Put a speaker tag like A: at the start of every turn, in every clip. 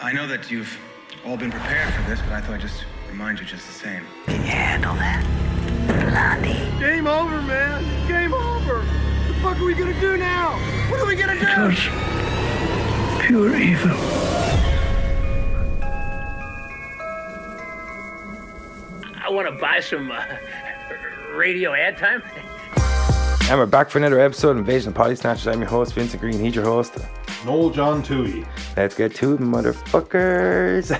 A: I know that you've all been prepared for this, but I thought I'd just remind you just the same.
B: Can you handle that, Blondie?
C: Game over, man. Game over. What the fuck are we gonna do now? What are we gonna do?
B: It was pure evil.
D: I want to buy some uh, radio ad time.
E: And we're back for another episode of Invasion of Potty Snatchers. I'm your host, Vincent Green. He's your host.
F: Noel John Tui.
E: Let's get to it, motherfuckers.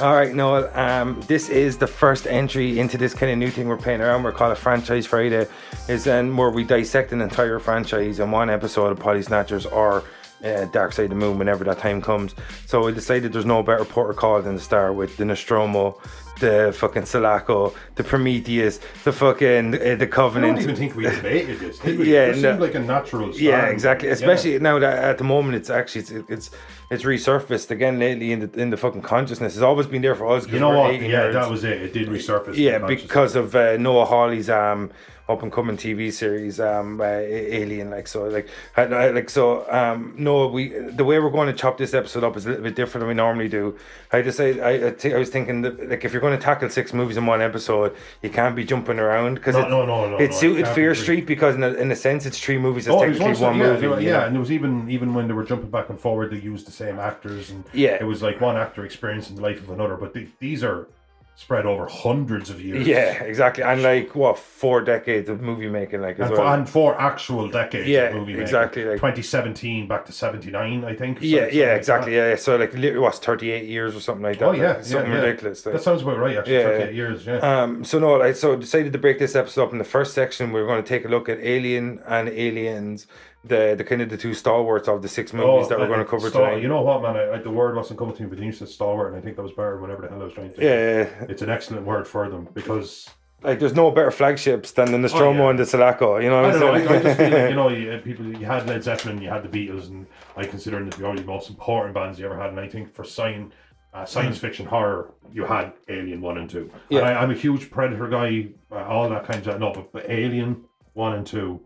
E: All right, Noel. Um, this is the first entry into this kind of new thing we're playing around. We're called a Franchise Friday. Is then where we dissect an entire franchise in one episode of Potty Snatchers or uh, Dark Side of the Moon whenever that time comes. So we decided there's no better protocol than to start with the Nostromo, the fucking Sulaco, the Prometheus, the fucking uh, the
F: I don't
E: Covenant.
F: even think we debated this, did we?
E: Yeah,
F: it
E: no.
F: seemed like a natural starting
E: Yeah,
F: point.
E: exactly. Especially
F: Yeah.
E: now that at the moment it's actually it's it's, it's resurfaced again lately in the in the fucking consciousness. It's always been there for us. 'cause
F: You know
E: we're
F: what?
E: eighty
F: Yeah,
E: nerds.
F: that was it. It did resurface.
E: yeah
F: the consciousness.
E: because of uh, Noah Hawley's um up and coming TV series um uh, A- Alien like so like I, I- like so um Noah we the way we're going to chop this episode up is a little bit different than we normally do. I just I I, I, thi- I was thinking that, like if you're going to tackle six movies in one episode, you can't be jumping around because
F: No, no, no, no,
E: it
F: no,
E: suited
F: exactly
E: Fear
F: agree.
E: Street because in a, in a sense it's three movies. It's
F: Oh, it was
E: technically
F: also-
E: one
F: yeah,
E: movie.
F: they were-
E: you
F: yeah,
E: know?
F: and it was even even when they were jumping back and forward, they used the same actors, and
E: Yeah.
F: it was like one actor experiencing the life of another. But the- these are spread over hundreds of years.
E: Yeah, exactly. And like what four decades of movie making, like as
F: And,
E: well.
F: for, and four actual decades.
E: Yeah,
F: of movie making.
E: exactly, like-
F: 2017 back to 79, I think. or
E: yeah,
F: something
E: yeah,
F: like
E: exactly.
F: that.
E: Yeah, yeah. so like literally what's thirty eight years or something like that.
F: Oh
E: like,
F: yeah,
E: something
F: yeah, yeah.
E: ridiculous. like.
F: That sounds about right. Actually,
E: Yeah,
F: 38
E: yeah.
F: years. Yeah.
E: Um, so no, I so decided to break this episode up in the first section. We are going to take a look at Alien and Aliens, the the kind of the two stalwarts of the six movies that we're
F: I-
E: going to cover
F: Star-
E: tonight.
F: Oh, You know what, man? I, I, the word wasn't coming to me, but you said stalwart, and I think that was better. Whatever the hell I was trying to.
E: yeah,
F: It's an excellent word for them because
E: like there's no better flagships than the Nostromo
F: Oh, yeah.
E: and the Sulaco. You know
F: I
E: what
F: don't
E: I'm
F: know.
E: saying?
F: I, I just feel like, you know, you had people, you had Led Zeppelin, you had the Beatles, and I consider them to be one of the most important bands you ever had. And I think for science, uh, science fiction horror, you had Alien One and Two.
E: Mm. Yeah.
F: And I, I'm a huge Predator guy, uh, all that kind of stuff. No, but, but Alien One and Two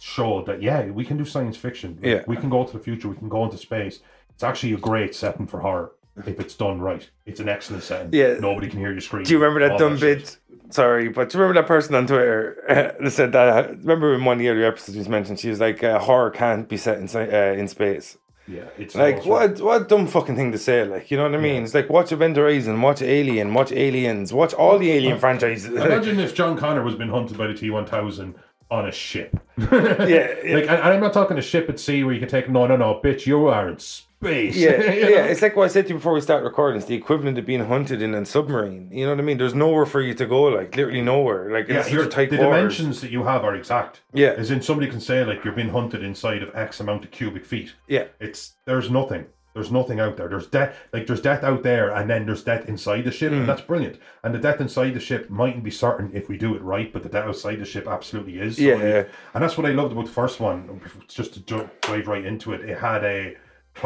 F: showed that yeah, we can do science fiction. Like,
E: Yeah.
F: we can go to the future. We can go into space. It's actually a great setting for horror. If it's done right, it's an excellent setting.
E: Yeah.
F: nobody can hear you scream.
E: Do you remember that
F: all
E: dumb
F: shit.
E: bitch? Sorry, but do you remember that person on Twitter that said that? Remember in one of the earlier episodes we mentioned, she was like, uh, "Horror can't be set in sci- uh, in space."
F: Yeah, it's
E: Like
F: also-
E: what? What dumb fucking thing to say? Like you know what I mean? It's like watch Avenger Horizon, watch Alien, watch Aliens, watch all the Alien franchises.
F: Imagine if John Connor was being hunted by the T one thousand on a ship.
E: yeah, yeah.
F: Like, and and I'm not talking a ship at sea where you can take no, no, no, bitch, you are in space.
E: yeah,
F: You know?
E: yeah. It's like what I said to you before we start recording. It's the equivalent of being hunted in a submarine. You know what I mean? There's nowhere for you to go. Like literally nowhere. Like
F: Yeah,
E: it's
F: you're-
E: such tight
F: the
E: waters.
F: dimensions that you have are exact.
E: Yeah.
F: as in somebody can say like you're being hunted inside of X amount of cubic feet.
E: Yeah.
F: it's there's nothing. There's nothing out there. There's death, like there's death out there, and then there's death inside the
E: Hmm.
F: ship, and that's brilliant. And the death inside the ship mightn't be certain if we do it right, but the death outside the ship absolutely is. So
E: Yeah,
F: it-
E: yeah.
F: and that's what I loved about the first one. Just to ju- dive right into it, it had a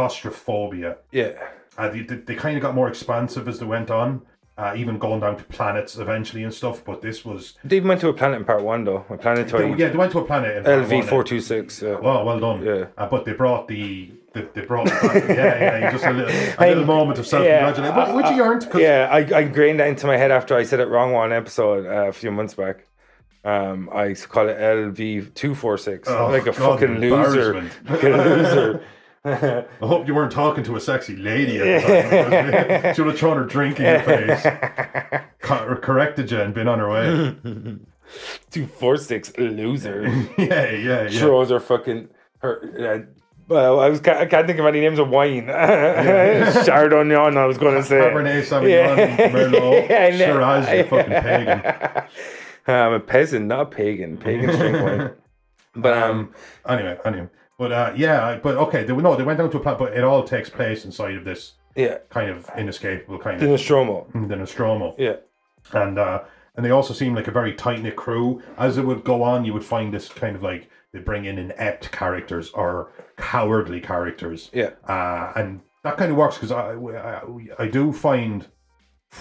F: claustrophobia
E: Yeah.
F: uh, they, they, they kind of got more expansive as they went on, uh, even going down to planets eventually and stuff. But this was
E: They even went to a planet in part one though. A
F: they,
E: planetoid.
F: yeah, they went to a planet. in part one,
E: LV
F: eh?
E: four two six.
F: Well, well done.
E: Yeah.
F: Uh, but they brought the. They, they brought the planet. yeah, yeah, just a little, a little moment of self-congratulation,
E: Yeah,
F: which
E: I-
F: you aren't. 'cause-
E: Yeah, I, I grained that into my head after I said it wrong one episode uh, a few months back. Um, I used to call it LV two four six.
F: Oh,
E: Like a
F: God,
E: fucking loser.
F: embarrassment.
E: Like a loser.
F: I hope you weren't talking to a sexy lady at the time. because she would have thrown her drink in your face, Co- corrected you, and been on her
E: Mm.
F: way.
E: Two four six loser.
F: yeah, yeah, yeah.
E: Throws her fucking her. Uh, well, I was ca- I can't think of any names of wine. Chardonnay, I was going to say.
F: Cabernet Sauvignon, Merlot,
E: Yeah, I know.
F: Shiraz, you fucking pagan.
E: I'm Um, a peasant, not pagan. Pagans drink wine. But um,
F: anyway, anyway, but uh, yeah, I- but okay, they were- no, they went down to a planet, but it all takes place inside of this
E: yeah,
F: kind of inescapable kind
E: the
F: of
E: Nostromo.
F: the Nostromo,
E: Yeah.
F: and uh, and they also seem like a very tight knit crew. As it would go on, you would find this kind of like they bring in inept characters or cowardly characters,
E: Yeah.
F: uh, and that kind of works because I, I I do find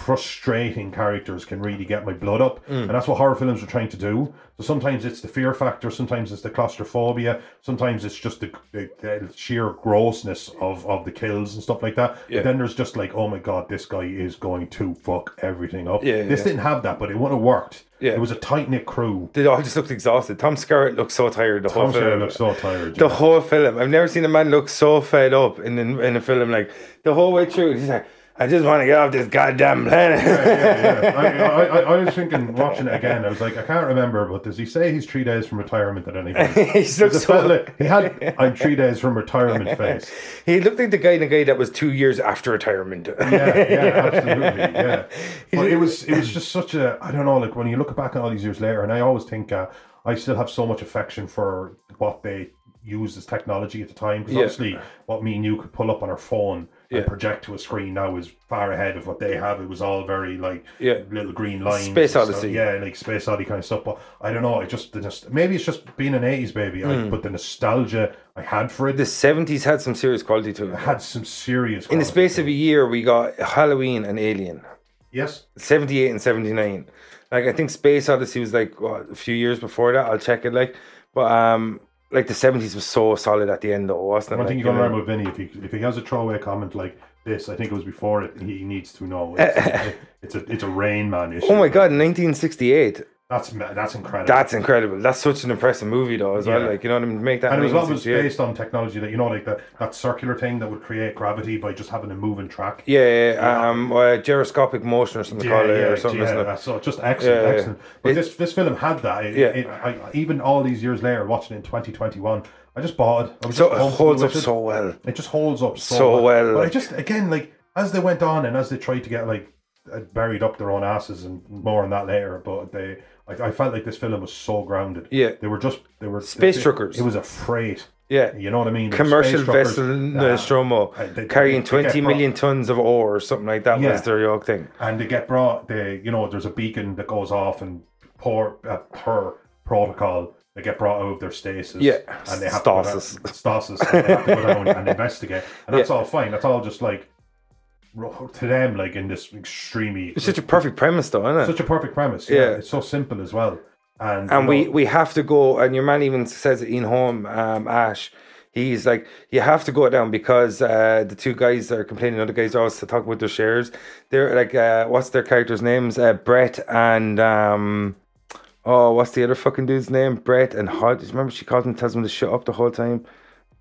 F: frustrating characters can really get my blood up.
E: Mm.
F: And that's what horror films are trying to do. So sometimes it's the fear factor, sometimes it's the claustrophobia, sometimes it's just the, the, the sheer grossness of, of the kills and stuff like that.
E: Yeah.
F: But then there's just like, oh my god, this guy is going to fuck everything up.
E: Yeah,
F: this
E: yeah.
F: didn't have that, but it would have worked.
E: Yeah.
F: It was a tight knit crew.
E: They all just looked exhausted. Tom Skerritt looked so tired the whole
F: Tom Skerritt
E: film.
F: looks so tired.
E: the
F: yeah.
E: whole film. I've never seen a man look so fed up in in, in a film like the whole way through. He's like, I just want to get off this goddamn planet.
F: yeah, I, I, I was thinking, watching it again, I was like, I can't remember, but does he say he's three days from retirement at any point?
E: he looked
F: The
E: so.
F: fella, he had, I'm three days from retirement face.
E: He looked like the guy in the guy that was two years after retirement.
F: Yeah, yeah, absolutely, yeah. But it was, it was just such a, I don't know, like when you look back at all these years later, and I always think, uh, I still have so much affection for what they used as technology at the time, because
E: Yeah.
F: obviously what me and you could pull up on our phone
E: Yeah.
F: and project to a screen now is far ahead of what they have. It was all very like
E: Yeah.
F: little green lines,
E: Space
F: and stuff.
E: Odyssey.
F: yeah, like space oddity kind of stuff. But I don't know. It just the nost- maybe it's just being an '80s baby.
E: Hmm.
F: I, but the nostalgia I had for it
E: the seventies had some serious quality to it.
F: had some serious.
E: In the
F: quality.
E: space of a year, we got Halloween and Alien,
F: yes,
E: seventy eight and seventy nine. Like I think Space Odyssey was like what, a few years before that. I'll check it. Like, but um, like the seventies was so solid at the end though, wasn't it?
F: one thing
E: Like,
F: you're gonna
E: you know?
F: learn about Vinny if he if he has a throwaway comment like this, I think it was before it. He needs to know. It's, it's a it's a Rain Man issue.
E: Oh my god, nineteen sixty eight.
F: that's ma- that's incredible.
E: That's incredible. That's such an impressive movie, though, as well.
F: Yeah.
E: Like, you know what I mean? To Make that.
F: and it was
E: amazing
F: always
E: CGI.
F: based on technology that you know, like that, that circular thing that would create gravity by just having a moving track.
E: Yeah, yeah, yeah. um, uh, gyroscopic motion or something called it, or something, isn't it?
F: So just
E: Yeah,
F: excellent,
E: yeah.
F: excellent. But
E: It-
F: this this film had that. It,
E: Yeah.
F: it, I, even all these years later, watching it in 2021, I just bought it. I was
E: So
F: just
E: it
F: comfortable
E: holds up
F: with it.
E: so well.
F: It just holds up so,
E: So well,
F: But I
E: like-
F: just again like as they went on and as they tried to get like uh, buried up their own asses and more on that later. But they like I felt like this film was so grounded.
E: Yeah.
F: they were just they were
E: Space
F: they-
E: truckers.
F: It was a freight.
E: Yeah.
F: You know what I mean? They were
E: Commercial
F: space truckers.
E: vessel
F: Ah.
E: Nostromo
F: Uh, they-
E: carrying
F: they- they get
E: 20
F: brought-
E: million tons of ore or something like that
F: Yeah.
E: was their yoke thing.
F: and they get brought they you know there's a beacon that goes off and per uh, per protocol they get brought out of their stasis
E: Yeah,
F: and they have to go down-
E: stasis.
F: stasis and they have to go down and investigate and that's all fine that's all just like ro- to them like in this extremely
E: It's such a perfect premise, though, isn't it?
F: such a perfect premise
E: Yeah.
F: yeah, it's so simple as well and
E: and
F: you
E: we
F: know,
E: we have to go and your man even says it in home um ash he's like you have to go down because uh the two guys that are complaining other guys are always to talk about their shares they're like uh what's their characters names uh brett and um oh what's the other fucking dude's name brett and hodge remember she calls him tells him to shut up the whole time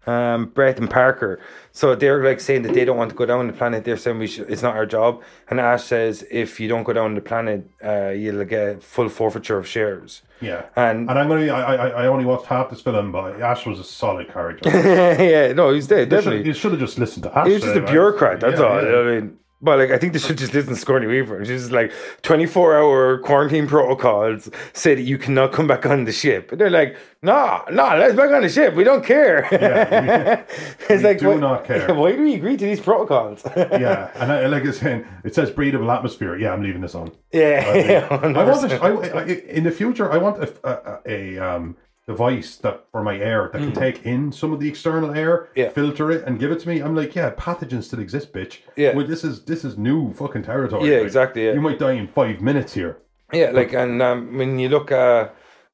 E: um, Brett and Parker. So they're like saying that they don't want to go down the planet. They're saying we should, it's not our job. And Ash says if you don't go down the planet, uh, you'll get full forfeiture of shares.
F: yeah
E: and-
F: and, I'm gonna be, I, I I only watched half this film but Ash was a solid character
E: yeah, no, he's there,
F: You should-
E: definitely.
F: you should have just listened to Ash
E: He was just a
F: there, right?
E: bureaucrat, that's
F: Yeah,
E: all.
F: yeah.
E: I mean, but like, I think they should just listen to Scorny Weaver. She's just like, 24 hour quarantine protocols say that you cannot come back on the ship. And they're like, nah, nah, let's back on the ship. We don't care.
F: Yeah,
E: it's
F: we
E: like,
F: do
E: why-
F: not care.
E: Why do we agree to these protocols?
F: yeah, and I, like I was saying, it says breathable atmosphere. Yeah, I'm leaving this on.
E: yeah.
F: I want a, I, I, in the future. I want a, a, a um, device that for my air that can take in some of the external air,
E: Hmm. Yeah.
F: filter it, and give it to me. I'm like, yeah, pathogens still exist, bitch.
E: Yeah.
F: well, this is this is new fucking territory.
E: Yeah,
F: like,
E: exactly, yeah.
F: You might die in five minutes here.
E: Yeah, like, and um, when you look, uh,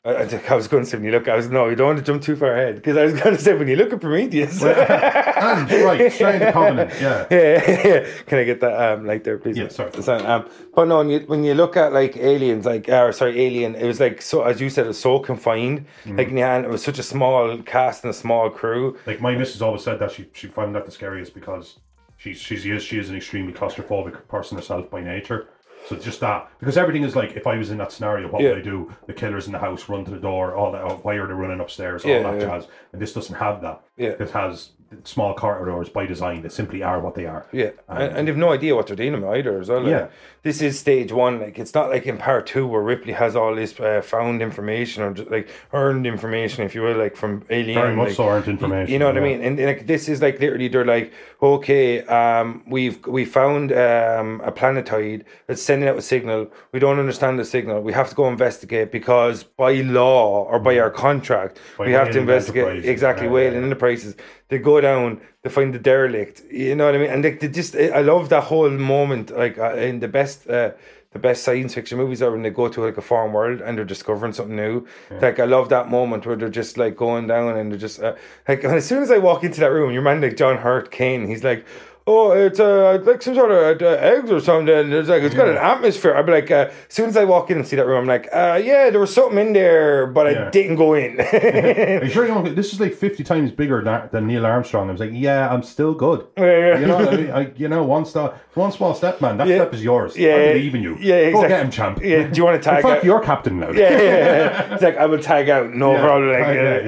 E: I, I think I was going to say when you look, I was no, you don't want to jump too far ahead because I was going to say when you look at Prometheus.
F: And right, straight into Covenant. Yeah,
E: yeah, yeah. Can I get that um like there, please?
F: Yeah, sorry.
E: So, um, but no, when you, when you look at like aliens, like or sorry, alien, it was like so as you said, it was so confined.
F: Mm-hmm.
E: Like in the hand, it was such a small cast and a small crew.
F: like my missus always said that she she found that the scariest because she's she's she is, she is an extremely claustrophobic person herself by nature. So it's just that because everything is like if I was in that scenario, what
E: Yeah.
F: would I do? The killer's in the house, run to the door, all that. oh, Why are they running upstairs? All
E: Yeah,
F: that
E: yeah.
F: jazz. And this doesn't have that.
E: Yeah.
F: It has small corridors by design that simply are what they are.
E: Yeah, and, and they've no idea what they're dealing with either. As well, like,
F: Yeah.
E: this is stage one. Like, it's not like in part two where Ripley has all this uh, found information or just, like earned information, if you will, like from alien.
F: Very much
E: like,
F: so aren't information.
E: You know what I
F: yeah.
E: mean? And, and, like this is like literally they're like, okay, um, we've we found um a planetoid that's sending out a signal. We don't understand the signal. We have to go investigate because by law or by our contract,
F: By
E: we have to
F: Whalen
E: investigate
F: Enterprises,
E: exactly
F: yeah,
E: whaling
F: yeah.
E: enterprises. They go down. They find the derelict. You know what I mean? And like they just, I I love that whole moment. Like uh, in the best, uh, the best science fiction movies are when they go to like a foreign world and they're discovering something new. Like I love that moment where they're just like going down and they're just uh, like. And as soon as I walk into that room, your man like John Hurt Kane. He's like. Oh, it's uh, like some sort of uh, eggs or something. It's like it's got an atmosphere. I'd be like, uh, as soon as I walk in and see that room, I'm like, uh, yeah, there was something in there, but I
F: Yeah.
E: didn't go in.
F: Are you sure you don't, this is like 50 times bigger than, than Neil Armstrong? I was like, yeah, I'm still good.
E: Yeah, yeah.
F: You know, what I, mean? I, you know, one step, one small step, man. That
E: Yeah.
F: step is yours.
E: Yeah,
F: I believe in you.
E: yeah,
F: Go
E: exact-
F: get him, champ.
E: Yeah, do you wanna tag
F: In fact,
E: out-
F: you're captain now.
E: yeah, yeah, yeah. It's like I will tag out, no
F: Yeah,
E: problem. Like, uh,
F: I-
E: yeah,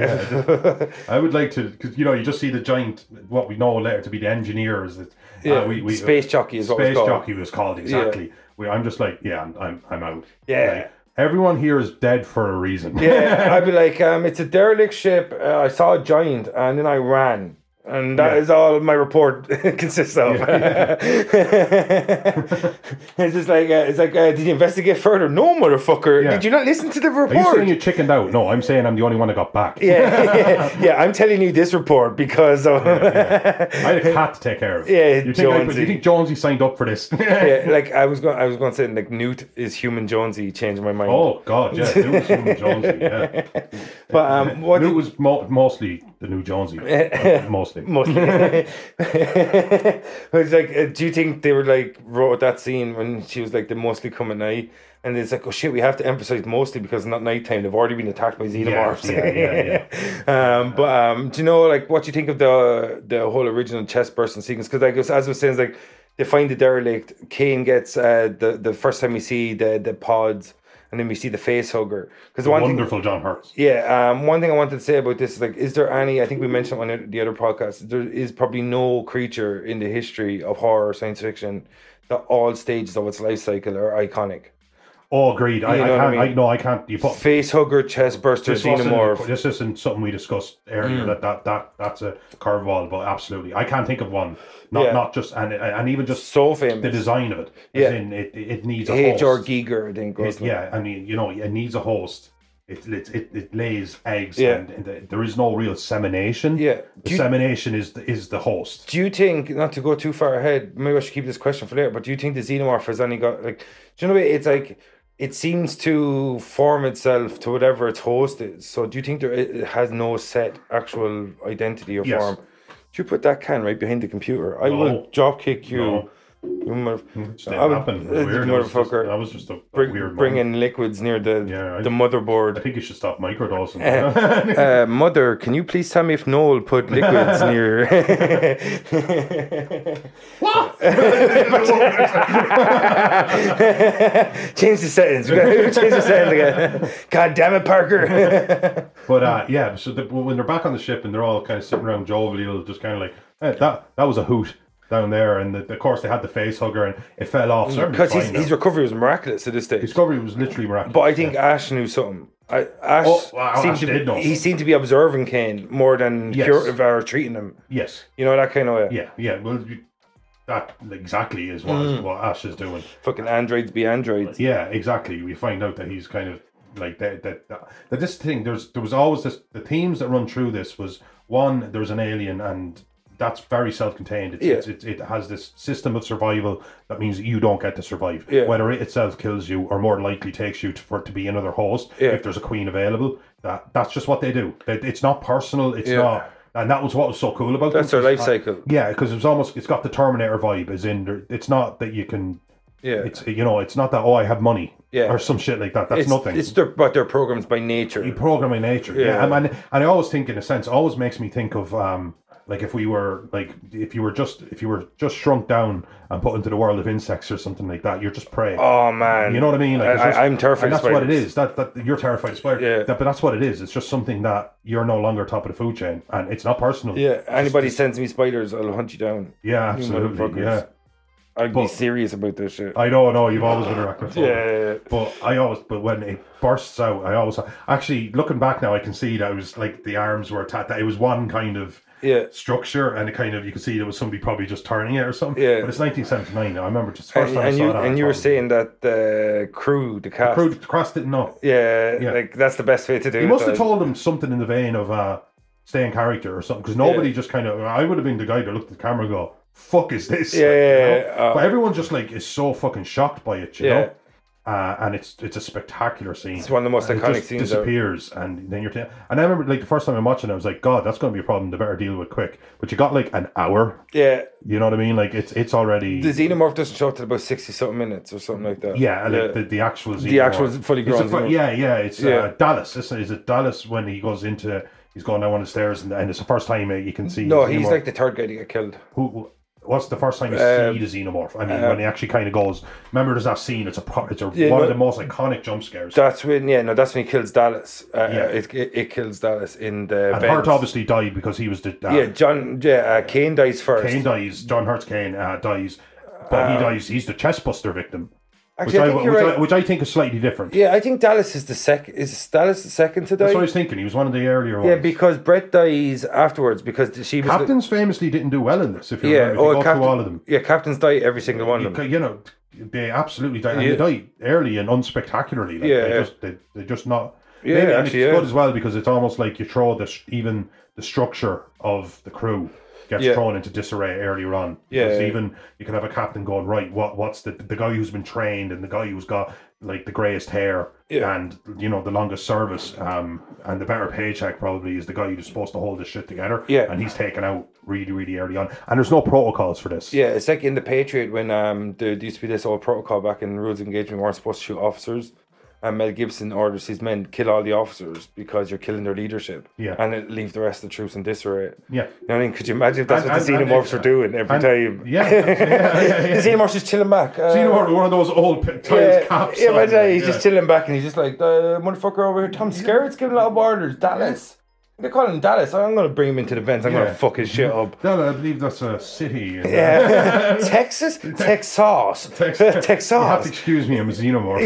F: yeah, yeah. I would like to, because you know, you just see the giant, what we know later to be the engineers. That, uh,
E: Yeah, space jockey is what it's
F: space
E: called.
F: jockey was called exactly. We, I'm just like, yeah, I'm, I'm, I'm out.
E: Yeah.
F: Like, everyone here is dead for a reason.
E: Yeah, I'd be like, um, it's a derelict ship. Uh, I saw a giant, and then I ran. And that is
F: Yeah.
E: all my report consists of. it's just like uh, it's like, uh, did you investigate further? No, motherfucker.
F: Yeah.
E: Did you not listen to the
F: Are you saying
E: report?
F: you chickened out? No, I'm saying I'm the only one that got back.
E: yeah, yeah, yeah. I'm telling you this report because of
F: I had a cat to take care of.
E: Yeah,
F: you think, I,
E: Jonesy.
F: you think Jonesy signed up for this?
E: yeah, like I was going, I was going to say like Newt is human Jonesy. Changed my mind.
F: Oh God, yeah, Newt was human Jonesy. Yeah,
E: but um, what?
F: Newt was mo- mostly the new Jonesy, uh, mostly.
E: Mostly. it's like, uh, do you think they were like wrote that scene when she was like, "They mostly come at night," and it's like, "Oh shit, we have to emphasize mostly because it's not nighttime. They've already been attacked by xenomorphs."
F: yeah, yeah,
E: um, but um, do you know like what do you think of the the whole original chest bursting sequence? Because like as I was saying, it's like they find the derelict. Kane gets uh, the the first time we see the the pods, and then we see the face hugger. Because one thing,
F: Wonderful John Hurts.
E: yeah, um, one thing I wanted to say about this is like, is there any? I think we mentioned on the- the other podcast. There is probably no creature in the history of horror or science fiction that all stages of its life cycle are iconic.
F: Oh, agreed. I,
E: You
F: I
E: know what I
F: can't. I,
E: mean?
F: no, I can't. You put
E: Face hugger, chest burster,
F: this, wasn't-
E: xenomorph.
F: this isn't something we discussed earlier. That, that that that's a curveball, but absolutely, I can't think of one. Not
E: Yeah.
F: not just and and even just
E: So
F: the
E: famous.
F: design of it.
E: Yeah.
F: As in, it it needs a
E: H.R.
F: host.
E: Giger, I think. goes
F: It-
E: like-
F: yeah, I mean, you know, it needs a host. It it it, it lays eggs,
E: Yeah.
F: and th- there is no real semination.
E: Yeah. Do you-
F: dissemination is the, is the host.
E: Do you think, not to go too far ahead, maybe I should keep this question for later, but do you think the xenomorph has only got, like, do you know what? It's like, it seems to form itself to whatever its host is. So do you think there, it it has no set actual identity or
F: Yes.
E: form? Do you put that can right behind the computer? I will
F: No.
E: drop kick you.
F: No.
E: you mother-
F: Which didn't
E: I would-
F: happen. It was
E: uh,
F: weird. It was just-
E: motherfucker.
F: That was just a, a
E: Bring,
F: weird
E: bring
F: moment.
E: in liquids near the
F: Yeah, I-
E: the motherboard.
F: I think you should stop microdosing.
E: Uh, mother, can you please tell me if Noel put liquids near? change the sentence. We gotta change the sentence again. God damn it, Parker.
F: But uh, yeah, so the, when they're back on the ship and they're all kind of sitting around jovial, just kind of like eh, that. That was a hoot down there, and the, of course they had the face hugger, and it fell off. so
E: Because his,
F: everybody's fine
E: his
F: now.
E: recovery was miraculous to this day.
F: discovery was literally miraculous.
E: But I think Ash knew something. I, Ash,
F: Oh, wow,
E: seemed
F: Ash
E: to be,
F: did know.
E: He seemed to be observing Kane more than
F: Yes.
E: cure, or treating him.
F: yes,
E: You know, that kind of way.
F: yeah, yeah. Well, you, that exactly is what
E: Mm.
F: what Ash is doing.
E: Fucking androids be androids.
F: Yeah, exactly. We find out that he's kind of like that. That, that, that this thing there's there was always this the themes that run through this was one there was an alien and that's very self-contained. It's,
E: Yeah.
F: it's, it, it has this system of survival that means you don't get to survive.
E: Yeah.
F: Whether it itself kills you or more likely takes you to, for it to be another host
E: Yeah.
F: if there's a queen available. That that's just what they do. It, it's not personal. It's
E: Yeah.
F: not. And that was what was so cool about
E: That's
F: them,
E: their life
F: is that-
E: cycle.
F: Yeah, because it's almost it's got the Terminator vibe. As in, there- it's not that you can
E: Yeah.
F: it's you know it's not that oh I have money
E: Yeah.
F: or some shit like that. That's
E: it's,
F: nothing.
E: It's their, but their programs by nature.
F: you program in nature. Yeah,
E: Yeah.
F: And, and and I always think in a sense always makes me think of um like if we were like if you were just if you were just shrunk down and put into the world of insects or something like that, you're just prey.
E: Oh man,
F: You know what I mean? Like it's
E: I,
F: just-
E: I, am terrified.
F: and
E: of
F: That's what it
E: spiders.
F: is. That that you're terrified of spiders.
E: Yeah.
F: That- but that's what it is. It's just something that you're no longer top of the food chain, and it's not personal.
E: Yeah, anybody sends me spiders, I'll hunt you down.
F: Yeah,
E: You
F: absolutely.
E: motherfuckers.
F: Yeah,
E: I'd be
F: But- Uh,
E: serious about this shit.
F: I know. I know. You've always been arachnophobic.
E: yeah,
F: But I always, but when it bursts out, I always actually looking back now, I can see that it was like the arms were attached. That it was one kind of
E: Yeah.
F: structure, and it kind of you could see there was somebody probably just turning it or something.
E: Yeah.
F: But it's 1979. now. I remember just the first
E: and,
F: time
E: and
F: I saw
E: you
F: that. I
E: and you were
F: thought,
E: saying that the crew, the cast,
F: Crude crossed it. No,
E: yeah,
F: Yeah.
E: like that's the best way to do
F: he
E: it.
F: must have
E: though.
F: told him something in the vein of uh, stay in character or something. Because nobody just kind of, I would have been the guy that looked at the camera and go, fuck is this?
E: Yeah,
F: Like, you
E: yeah,
F: know?
E: yeah, uh,
F: but everyone just like is so fucking shocked by it, you
E: Yeah.
F: know? Uh, and it's it's a spectacular scene.
E: It's one of the most
F: And it
E: iconic
F: just
E: scenes ever.
F: Disappears, and then you're. T- and I remember, like the first time I'm watching, it, I was like, "God, that's going to be a problem. They better deal with it quick." But you got like an hour.
E: Yeah,
F: You know what I mean? Like it's it's already.
E: the xenomorph doesn't show up till about sixty something minutes or something like that.
F: Yeah, and Like the, the actual
E: The actual
F: xenomorph.
E: fully
F: It's
E: grown
F: a fu-
E: xenomorph.
F: yeah, yeah. It's
E: Yeah.
F: Uh, Dallas. Isn't it? Is it Dallas when he goes into? He's going down one of the stairs, and, and it's the first time uh, you can see.
E: no,
F: the
E: he's
F: xenomorph.
E: like the third guy to get killed.
F: Who- who? What's the first time you
E: Um, uh,
F: see the xenomorph? I mean, when he actually kind of goes. Remember, there's that scene. It's a pro- it's a,
E: Yeah,
F: one
E: no-
F: of the most iconic jump scares.
E: That's when, yeah, no, that's when he kills Dallas. Uh,
F: Yeah.
E: it, it it kills Dallas in the
F: and
E: bends.
F: Hart obviously died because he was the uh,
E: Yeah, John. Yeah, uh, Kane dies first.
F: Kane dies. John Hurts Kane uh, dies, but he dies. He's the chest buster victim,
E: Actually,
F: which
E: Uh, I
F: I,
E: think
F: which,
E: you're right.
F: I, which I think is slightly different.
E: yeah, I think Dallas is the sec. Is Dallas the second to die?
F: That's what I was thinking. He was one of the earlier ones.
E: yeah, because Brett dies afterwards because she was. the-
F: captains famously didn't do well in this. If you
E: yeah,
F: remember, if you
E: oh,
F: go
E: captain,
F: through all of them.
E: Yeah, captains die every single one
F: You,
E: of them.
F: ca- you know, they absolutely died.
E: Yeah.
F: And they died early and unspectacularly. Like,
E: Yeah,
F: they
E: yeah.
F: just they, they're just not.
E: Yeah,
F: Maybe- and it's
E: actually, yeah.
F: good as well because it's almost like you throw this even the structure of the crew gets
E: Yeah.
F: thrown into disarray earlier on.
E: Yeah,
F: Because
E: yeah.
F: even you can have a captain going right. What what's the the guy who's been trained and the guy who's got like the greyest hair
E: Yeah.
F: and you know the longest service um and the better paycheck probably is the guy who's supposed to hold this shit together.
E: Yeah.
F: and he's taken out really really early on. And there's no protocols for this.
E: Yeah, it's like in the Patriot when um there there used to be this old protocol back in rules of engagement weren't supposed to shoot officers. And Mel Gibson orders his men kill all the officers because you're killing their leadership.
F: Yeah.
E: And it leave the rest of the troops in disarray.
F: Yeah.
E: You know what I mean? Could you imagine if that's
F: And-
E: what the
F: and- and
E: xenomorphs
F: it-
E: were doing every
F: and-
E: time?
F: Yeah, yeah, yeah, yeah.
E: the xenomorph's just chilling back. Uh,
F: So you know what, one of those old pit
E: yeah,
F: caps.
E: yeah,
F: on,
E: imagine that, he's
F: yeah.
E: just chilling back and he's just like, the motherfucker over here, Tom Skerritt's giving a lot of orders. Dallas. They call him Dallas. I'm going to bring him into the vents. I'm going
F: Yeah.
E: to fuck his shit up.
F: That, I believe that's a city. uh, in-
E: Yeah. Texas? Texas.
F: Texas.
E: Texas.
F: You have to excuse me, I'm a xenomorph.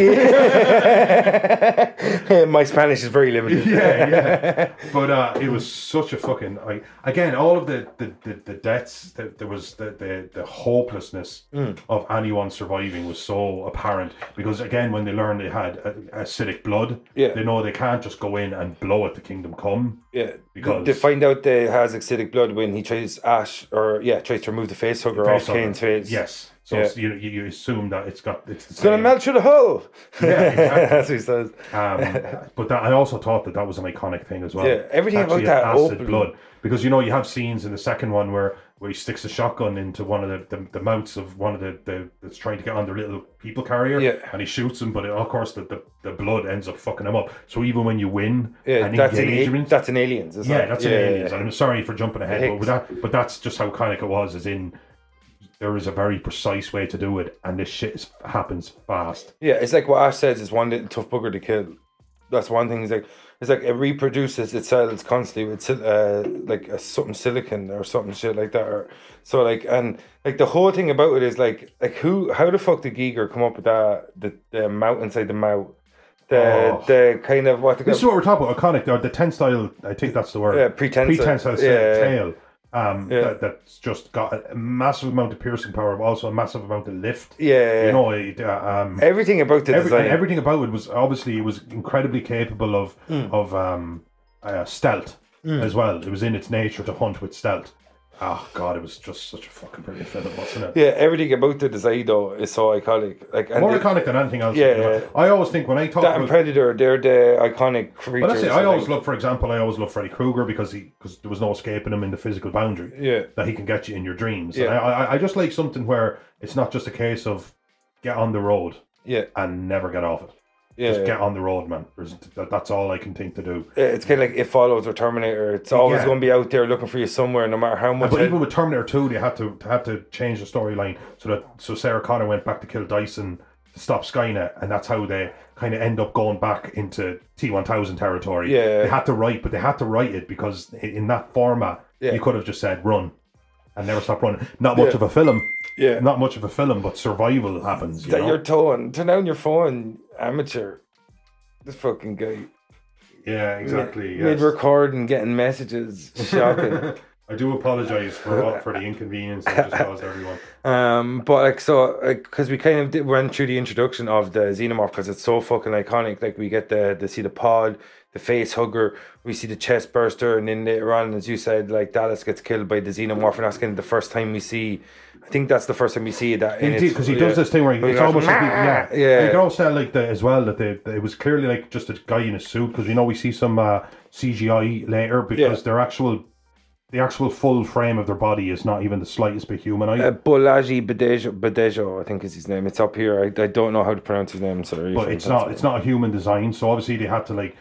E: My Spanish is very limited.
F: yeah, yeah. But uh, it was such a fucking. I, again, all of the the, the, the deaths, the, there was the, the, the hopelessness
E: Mm.
F: of anyone surviving was so apparent because again, when they learned they had uh, acidic blood,
E: Yeah.
F: they know they can't just go in and blow at the kingdom come.
E: Yeah.
F: Because-
E: they find out they has acidic blood when he tries Ash or yeah tries to remove the face hugger off
F: Based on-
E: Kane's face.
F: Yes. So
E: Yeah.
F: it's- you, you you assume that it's got it's the
E: It's gonna
F: same.
E: melt through the hole.
F: Yeah, exactly.
E: That's what he says.
F: Um, but that, I also thought that that was an iconic thing as well.
E: Yeah, everything
F: Actually,
E: about that
F: acid
E: open-
F: blood because you know you have scenes in the second one where where he sticks a shotgun into one of the, the, the mouths of one of the, the that's trying to get on the little people carrier
E: Yeah.
F: and he shoots him, but it, of course the, the, the blood ends up fucking him up. So even when you win
E: Yeah,
F: an
E: that's in
F: engagement,
E: that's in aliens. Isn't
F: yeah,
E: it?
F: that's in aliens. And I'm sorry for jumping ahead, but with that, but that's just how iconic it was. As in, there is a very precise way to do it, and this shit is, happens fast.
E: Yeah, it's like what Ash says. It's one little tough bugger to kill. That's one thing. It's like it's like it reproduces itself constantly with sil- uh, like uh, something silicon or something shit like that. Or so like and like the whole thing about it is like like who how the fuck did Giger come up with that the the mouth inside the mouth the
F: Oh.
E: the kind of what the
F: This is what we're talking about, iconic, or the tensile, I think that's the word.
E: Yeah, pretensile.
F: Pretensile sa-
E: Yeah.
F: tail. Um,
E: Yeah.
F: that, that's just got a massive amount of piercing power, but also a massive amount of lift.
E: Yeah.
F: You know, it, uh, um,
E: everything about the
F: every,
E: design
F: and everything about it was obviously it was incredibly capable of
E: Hmm.
F: of um, uh, stealth as well. It was in its nature to hunt with stealth. Oh god, it was just such a fucking brilliant film, wasn't it?
E: yeah everything about the design though is so iconic like and
F: More
E: the-
F: iconic than anything else.
E: Yeah, yeah.
F: I always think when I talk
E: that
F: about
E: and Predator they're the iconic creatures.
F: But that's it. I
E: think.
F: always love, for example, I always love Freddy Krueger because he because there was no escaping him in the physical boundary.
E: Yeah.
F: that he can get you in your dreams.
E: Yeah.
F: And I, I, I just like something where it's not just a case of get on the road
E: yeah
F: and never get off it.
E: yeah.
F: Just get on the road, man. There's, that, that's all I can think to do.
E: Yeah, it's kind of like it follows or Terminator. It's always
F: Yeah.
E: going to be out there looking for you somewhere, no matter how much.
F: But
E: I-
F: even with Terminator Two, they had to had to change the storyline so that so Sarah Connor went back to kill Dyson to stop Skynet, and that's how they kind of end up going back into T one thousand territory.
E: Yeah.
F: they had to write, but they had to write it because i- in that format,
E: Yeah.
F: you could have just said run. And never stop running. Not much
E: Yeah.
F: of a film,
E: Yeah.
F: Not much of a film, but survival happens. You
E: that
F: know?
E: you're towing, turn down your phone, amateur. This fucking guy.
F: yeah, exactly.
E: Mid
F: yes.
E: recording, getting messages, shocking.
F: I do apologize for all, for the inconvenience I just caused everyone.
E: Um, but like so, because we kind of did, went through the introduction of the xenomorph because it's so fucking iconic. Like we get the to see the pod, the face hugger, we see the chest burster, and then later on, as you said, like Dallas gets killed by the xenomorph, and that's kind of the first time we see. I think that's the first time we see that. in
F: Indeed,
E: its-
F: because he
E: yeah.
F: does this thing where he,
E: Where he
F: it's
E: goes,
F: almost like he- yeah,
E: Yeah.
F: And you can also tell like the, as well that they, it was clearly like just a guy in a suit because you know we see some uh, CGI later because
E: Yeah.
F: their actual, the actual full frame of their body is not even the slightest bit humanized.
E: Uh, Bolaji Badejo, Badejo, I think is his name. It's up here. I, I don't know how to pronounce his name. Sorry,
F: but it's not it's not a human design. So obviously they had to like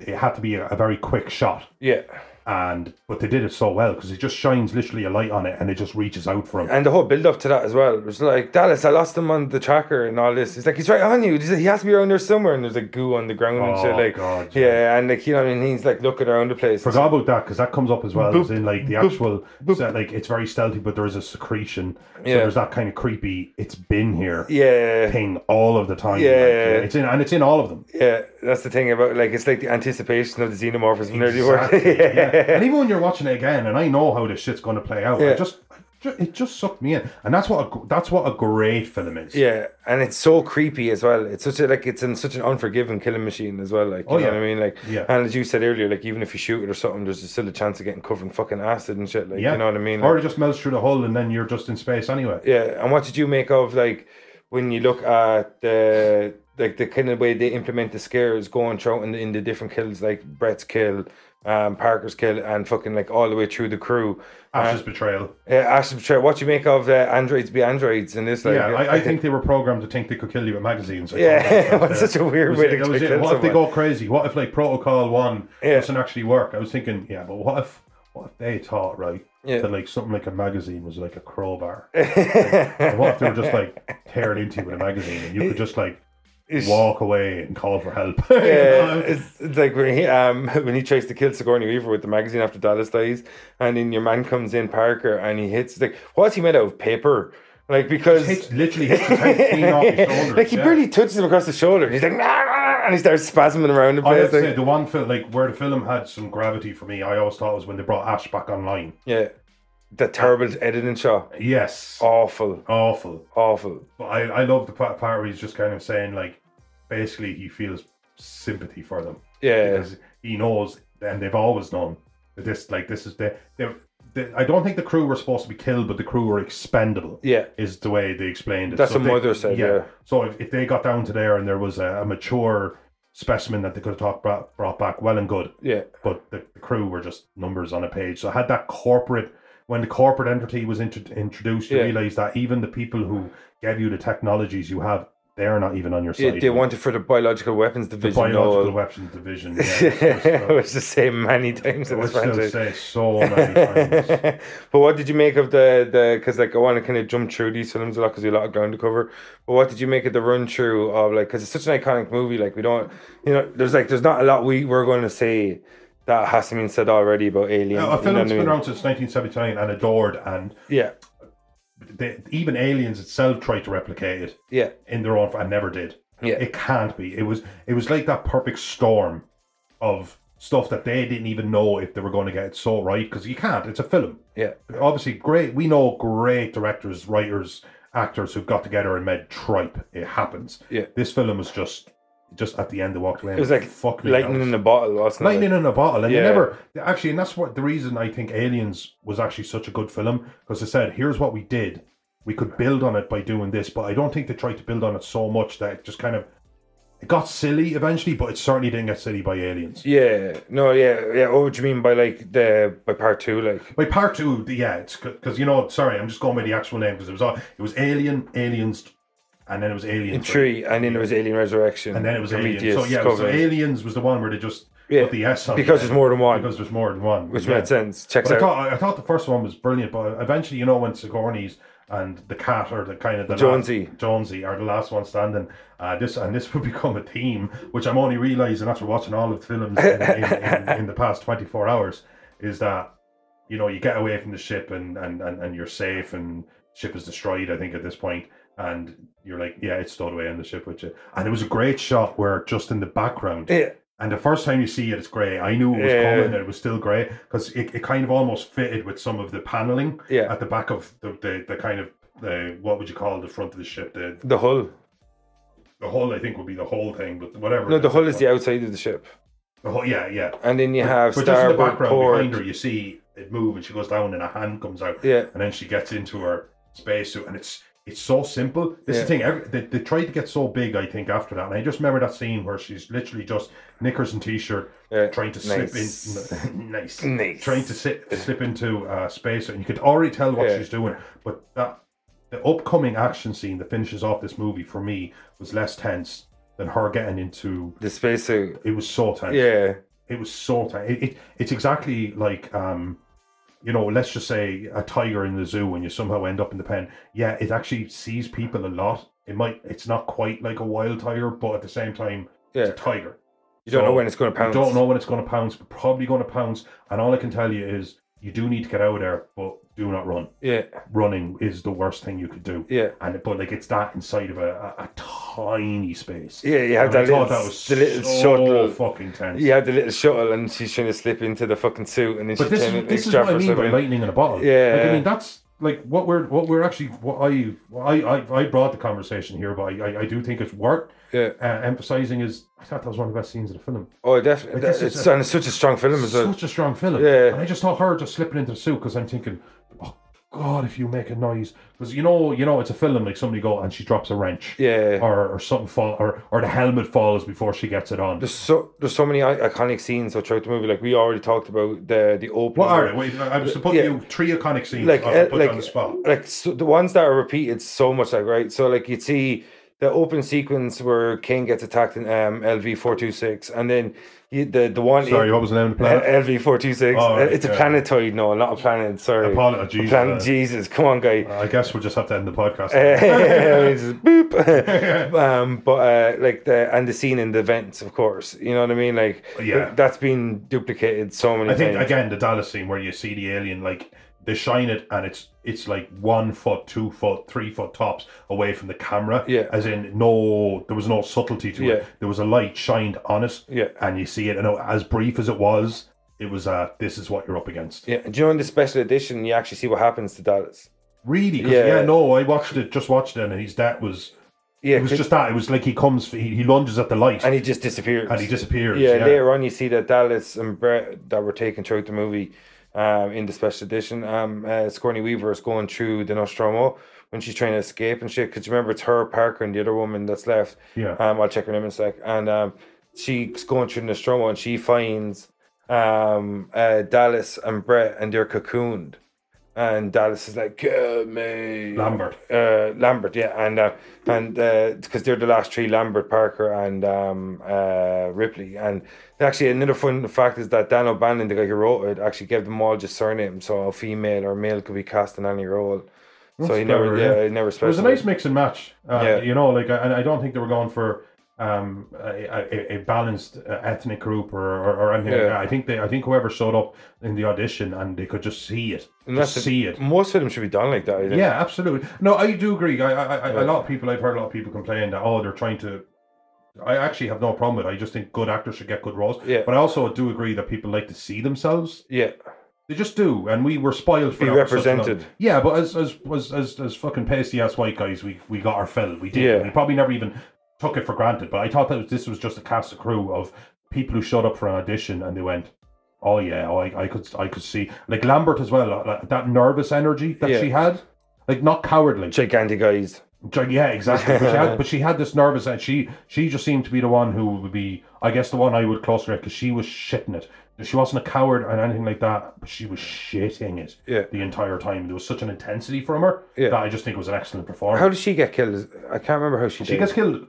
F: it had to be a, a very quick shot,
E: Yeah,
F: and but they did it so well because it just shines literally a light on it and it just reaches out for him.
E: and the whole build up to that as well. It was like Dallas, I lost him on the tracker and all this. He's like, he's right on you. He's like, he has to be around there somewhere. And there's like goo on the ground and shit.
F: Oh,
E: Like,
F: God,
E: yeah. and like you know, what I mean, he's like looking around the place.
F: Forgot about that because that comes up as well. as
E: Boop,
F: in like the
E: boop,
F: actual, so, like it's very stealthy, but there is a secretion.
E: Yeah.
F: So there's that kind of creepy. It's been here.
E: yeah,
F: Thing all of the time. like,
E: Yeah.
F: it's in and it's in all of them.
E: yeah. That's the thing about like it's like the anticipation of the xenomorphism. Nearly
F: Exactly,
E: worked.
F: yeah. And even when you're watching it again, and I know how this shit's going to play out,
E: Yeah.
F: I just I ju- it just sucked me in, and that's what a, gr- that's what a great film is.
E: Yeah, and it's so creepy as well. It's such a like it's in such an unforgiving killing machine as well. Like you
F: Oh,
E: know
F: yeah.
E: what I mean? Like
F: Yeah.
E: and as you said earlier, like even if you shoot it or something, there's still a chance of getting covered in fucking acid and shit. Like
F: Yeah.
E: you know what I mean?
F: Or it
E: Like,
F: just melts through the hull and then you're just in space anyway.
E: yeah. And what did you make of like when you look at the like the kind of way they implement the scares going through in the, in the different kills, like Brett's kill, um, Parker's kill, and fucking like all the way through the crew.
F: Ash's betrayal.
E: Uh, Ashton, Kutcher, what do you make of uh, androids be androids in this? Like, uh,
F: yeah, I, I think they were programmed to think they could kill you with magazines. I
E: Yeah,
F: thought that was
E: that's
F: there.
E: such a weird
F: It was
E: way
F: it,
E: to
F: that was
E: kill
F: it. What if they
E: someone.
F: go crazy? What if like Protocol One
E: Yeah.
F: doesn't actually work? I was thinking, yeah, but what if what if they thought right
E: Yeah.
F: that like something like a magazine was like a crowbar? like, and what if they were just like tearing into you with a magazine and you could just like walk away and call for help? You
E: Yeah,
F: know?
E: Uh, it's, it's like when he um when he tries to kill Sigourney Weaver with the magazine after Dallas dies, and then your man comes in Parker and he hits like what's he made out of paper? Like because
F: Hits- literally hits his head clean off his shoulders.
E: like he
F: yeah.
E: barely touches him across the shoulder, and he's like "Nah, nah," and he starts spasming around the
F: I
E: place.
F: have to say
E: Like,
F: the one film like where the film had some gravity for me. I always thought was when they brought Ash back online.
E: yeah, the terrible editing shot,
F: Yes,
E: awful,
F: awful.
E: awful.
F: But I I love the part part where he's just kind of saying like, basically he feels sympathy for them
E: Yeah,
F: because he knows and they've always known that this like this is the they, they, I don't think the crew were supposed to be killed, but the crew were expendable.
E: yeah,
F: Is the way they explained it.
E: That's what
F: they-
E: Mother said, yeah.
F: So if, if they got down to there and there was a, a mature specimen that they could have talked, brought, brought back, well and good
E: yeah,
F: but the, the crew were just numbers on a page. So I had that corporate when the corporate entity was intro introduced, you
E: Yeah.
F: realize that even the people who gave you the technologies you have, they're not even on your
E: yeah.
F: side.
E: They wanted for the biological weapons
F: the
E: division.
F: biological
E: Noel.
F: weapons division.
E: it
F: Yeah,
E: was the same many times in
F: I
E: this
F: still
E: franchise.
F: say so many times.
E: but what did you make of the the? Because like I want to kind of jump through these films a lot because there's a lot of ground to cover. But what did you make of the run through of like? Because it's such an iconic movie. Like we don't, you know, there's like there's not a lot we we're going to say that hasn't been said already about Alien.
F: A
E: you know
F: film that's
E: what I
F: been
E: mean?
F: around since 1979 and adored, and
E: Yeah,
F: they, even Aliens itself tried to replicate it.
E: yeah,
F: in their own and never did.
E: Yeah.
F: It can't be. It was it was like that perfect storm of stuff that they didn't even know if they were going to get it so right because you can't. It's a film.
E: yeah,
F: Obviously, great. We know great directors, writers, actors who've got together and made tripe. It happens.
E: Yeah.
F: This film was just just at the end they walked away.
E: it was like
F: fuck me,
E: lightning
F: that was-
E: in a bottle, wasn't
F: lightning
E: it?
F: in a bottle, and
E: Yeah.
F: they never actually, and that's what the reason I think Aliens was actually such a good film because I said, here's what we did, we could build on it by doing this, but I don't think they tried to build on it so much that it just kind of it got silly eventually, but it certainly didn't get silly by Aliens.
E: Yeah, no, yeah, yeah. Oh, what do you mean by like the by part two? Like,
F: By part two, yeah, it's because you know, sorry, I'm just going by the actual name because it was all it was Alien, Aliens, and then it was Aliens
E: in three, and then there was Alien Resurrection,
F: and then it was Aliens.
E: Prometheus,
F: So yeah, so
E: Covenant,
F: Aliens was the one where they just
E: Yeah,
F: put the S on
E: because
F: the
E: there's
F: end,
E: more than one.
F: because there's more than one,
E: which
F: yeah.
E: made sense. Checks
F: But I
E: out.
F: thought I thought the first one was brilliant, but eventually, you know, when Sigourney's and the cat or the kind of the
E: Jonesy.
F: last, Jonesy are the last one standing. Uh, this and this will become a theme, which I'm only realizing after watching all of the films in, in, in, in the past 24 hours, is that you know you get away from the ship and and and, and you're safe and ship is destroyed. I think at this point. And you're like, yeah, it stowed away on the ship with you. And it was a great shot where just in the background,
E: yeah.
F: And the first time you see it, it's grey. I knew it was
E: Yeah.
F: coming, and it was still grey because it, it kind of almost fitted with some of the paneling
E: Yeah.
F: at the back of the, the, the kind of the what would you call the front of the ship? The
E: The hull.
F: the hull, I think, would be the whole thing, but whatever.
E: No,
F: it
E: the hull
F: it's
E: is the outside of the ship.
F: the whole, yeah, yeah.
E: And then you have
F: But just in the
E: starboard,
F: background
E: port.
F: behind her, you see it move, and she goes down, and a hand comes out.
E: Yeah.
F: And then she gets into her spacesuit, and it's it's so simple. This is the
E: Yeah.
F: thing. Every, they, they tried to get so big, I think, after that. And I just remember that scene where she's literally just knickers and t-shirt,
E: Yeah,
F: trying to
E: nice.
F: slip in. nice.
E: Nice.
F: Trying to sit, slip into uh, space, and you could already tell what
E: Yeah.
F: she's doing. But that the upcoming action scene that finishes off this movie for me was less tense than her getting into.
E: The spacesuit.
F: It was so tense
E: Yeah.
F: it was so tight. It, it it's exactly like um, you know, let's just say a tiger in the zoo and you somehow end up in the pen. Yeah, it actually sees people a lot. It might it's not quite like a wild tiger, but at the same time, it's
E: Yeah.
F: a tiger.
E: You don't
F: So
E: know when it's going to
F: You
E: pounce.
F: don't know when it's going to pounce, but probably going to pounce. And all I can tell you is, you do need to get out of there, but do not run.
E: Yeah.
F: Running is the worst thing you could do.
E: Yeah.
F: And but like it's that inside of a, a, a tiny space.
E: Yeah, you have
F: And I
E: that
F: thought
E: little, the little shuttle.
F: fucking tense.
E: You have the little shuttle, and she's trying to slip into the fucking suit, and then
F: But
E: she's
F: this
E: trying
F: is
E: to
F: this is
E: strap
F: what I mean
E: herself
F: by
E: in.
F: lightning in a bottle. like, I
E: Yeah.
F: mean that's like what we're what we're actually what I what I I, I brought the conversation here, but I I, I do think it's worth
E: Yeah.
F: uh, emphasizing is I thought that was one of the best scenes of the film.
E: Oh, definitely.
F: Like, this is
E: it's,
F: a-
E: and it's such a strong film as well.
F: Such a strong film.
E: Yeah.
F: and I just saw her just slipping into the suit because I'm thinking, oh god, if you make a noise, because you know you know it's a film like somebody go and she drops a wrench.
E: Yeah.
F: Or, or something fall or, or the helmet falls before she gets it on.
E: There's so there's so many i- iconic scenes though, throughout the movie. Like we already talked about the the opening.
F: what are they? Wait, I I was to put
E: Yeah.
F: you three iconic scenes.
E: Like,
F: Like, I
E: uh,
F: put you
E: like-
F: on the spot.
E: like so the ones that are repeated so much, like right. So like you'd see the open sequence where King gets attacked in um, LV four two six, and then you, the the one
F: Sorry, what was the name of the planet?
E: LV four two six.
F: Oh, right,
E: It's a
F: yeah.
E: planetoid, no, not a planet. Sorry,
F: A planet, Jesus,
E: planet
F: uh,
E: Jesus. Come on, guy.
F: I guess we'll just have to end the podcast.
E: Eh. It's just boop. um, but uh, like the and the scene in the vents, of course. You know what I mean? Like
F: Yeah.
E: that's been duplicated so many
F: I think
E: times.
F: again the Dallas scene where you see the alien like they shine it and it's it's like one foot, two foot, three foot tops away from the camera.
E: Yeah.
F: As in no there was no subtlety to
E: Yeah.
F: it. There was a light shined on it.
E: Yeah.
F: And you see it and as brief as it was, it was uh this is what you're up against.
E: yeah. Do you know in the special edition you actually see what happens to Dallas?
F: Really? 'Cause,
E: Yeah.
F: yeah. no, I watched it just watched it and his that was
E: Yeah,
F: it was
E: 'cause-
F: just that. It was like he comes he, he lunges at the light
E: and
F: and
E: he just disappears.
F: he, disappears.
E: yeah, later on you see that Dallas and Brett that were taken throughout the movie um, in the special edition. Um, uh, Scorny Weaver is going through the Nostromo when she's trying to escape and shit. Because remember, it's her, Parker, and the other woman that's left.
F: Yeah.
E: Um, I'll check her name in a sec. And um, she's going through the Nostromo and she finds um, uh, Dallas and Brett and they're cocooned. And Dallas is like, "Kill me,
F: Lambert.
E: uh, Lambert, yeah, and uh, and because they're the last three, Lambert, Parker, and um, uh, Ripley. And actually, another fun fact is that Dan O'Bannon, the guy who wrote it, actually gave them all just surnames, so a female or male could be cast in any role. so he never,
F: clever,
E: yeah,
F: yeah.
E: he never
F: It was a nice
E: specified.
F: mix and match. Uh,
E: Yeah.
F: You know, like, and I don't think they were going for um, a, a, a balanced uh, ethnic group or, or, or anything. Like
E: Yeah.
F: that. I think they, I think whoever showed up in the audition and they could just see it,
E: And that's
F: just
E: the-
F: see it.
E: Most films should be done like that. I think.
F: Yeah, absolutely. No, I do agree. I, I, I, a lot of people, I've heard a lot of people complain that oh, they're trying to. I actually have no problem with. it. I just think good actors should get good roles.
E: Yeah.
F: But I also do agree that people like to see themselves.
E: yeah,
F: They just do, and we were spoiled for
E: Be
F: that for such a long-
E: represented.
F: Yeah, but as as as as, as fucking pasty ass white guys, we we got our fill. We did.
E: Yeah.
F: We probably never even took it for granted. But I thought that this was just a cast of crew of people who showed up for an audition and they went, "Oh yeah, oh, I, I could I could see like Lambert as well. Like, that nervous energy that
E: Yeah.
F: she had, like not cowardly.
E: gigantic eyes.
F: J- Yeah, exactly. But she, had, but she had this nervous, and she she just seemed to be the one who would be, I guess, the one I would close her because she was shitting it. She wasn't a coward and anything like that, but she was shitting it
E: Yeah.
F: the entire time. There was such an intensity from her
E: Yeah.
F: that I just think it was an excellent performance.
E: How did she get killed? I can't remember how she,
F: she
E: did.
F: gets killed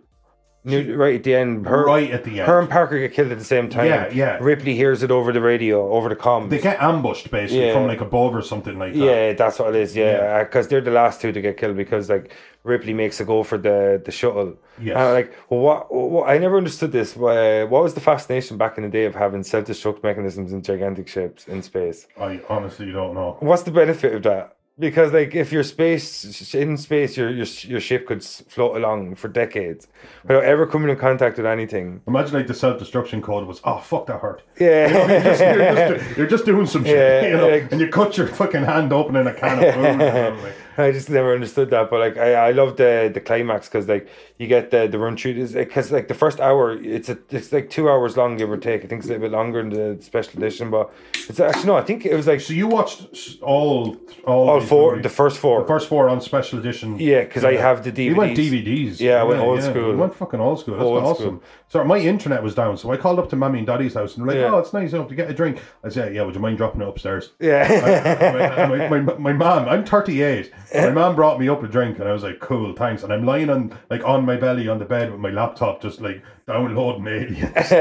E: Knew- right at the end. Her,
F: right at the end.
E: her and Parker get killed at the same time.
F: Yeah, yeah.
E: Ripley hears it over the radio, over the comms.
F: they get ambushed basically
E: Yeah.
F: from like above or something like that.
E: Yeah, that's what it is. Yeah, because they're the last two to get killed because like Ripley makes a go for the the shuttle.
F: Yes.
E: And I'm like well, what, what? I never understood this. Uh, what was the fascination back in the day of having self destruct mechanisms in gigantic ships in space?
F: I honestly don't know.
E: What's the benefit of that? because like if your space in space, your your your ship could s- float along for decades without ever coming in contact with anything.
F: Imagine like the self destruction code was, oh fuck that hurt.
E: Yeah,
F: You're just, you're just- you're just doing some shit,
E: Yeah,
F: you know,
E: like-
F: and you cut your fucking hand opening a can of food. you know, like,
E: I just never understood that, but like I, I love the the climax because like you get the the run through because like the first hour it's a it's like two hours long give or take. I think it's a little bit longer in the special edition, but it's actually no. I think it was like
F: so you watched s- all all,
E: all
F: these
E: four,
F: movies.
E: the first four.
F: The first four on special edition.
E: Yeah, 'cause I have the
F: You went
E: DVDs.
F: DVDs.
E: Yeah, I went old school.
F: You went fucking old school. That's
E: Old
F: awesome.
E: school.
F: Sorry, my internet was down, so I called up to Mammy and Daddy's house and they're like,
E: Yeah.
F: "Oh, it's nice enough to get a drink." I said, "Yeah, would you mind dropping it upstairs?"
E: yeah,
F: my, my, my, my mom, I'm 38. My mom brought me up a drink, and I was like, "Cool, thanks." And I'm lying on like on my belly on the bed with my laptop, just like downloading aliens.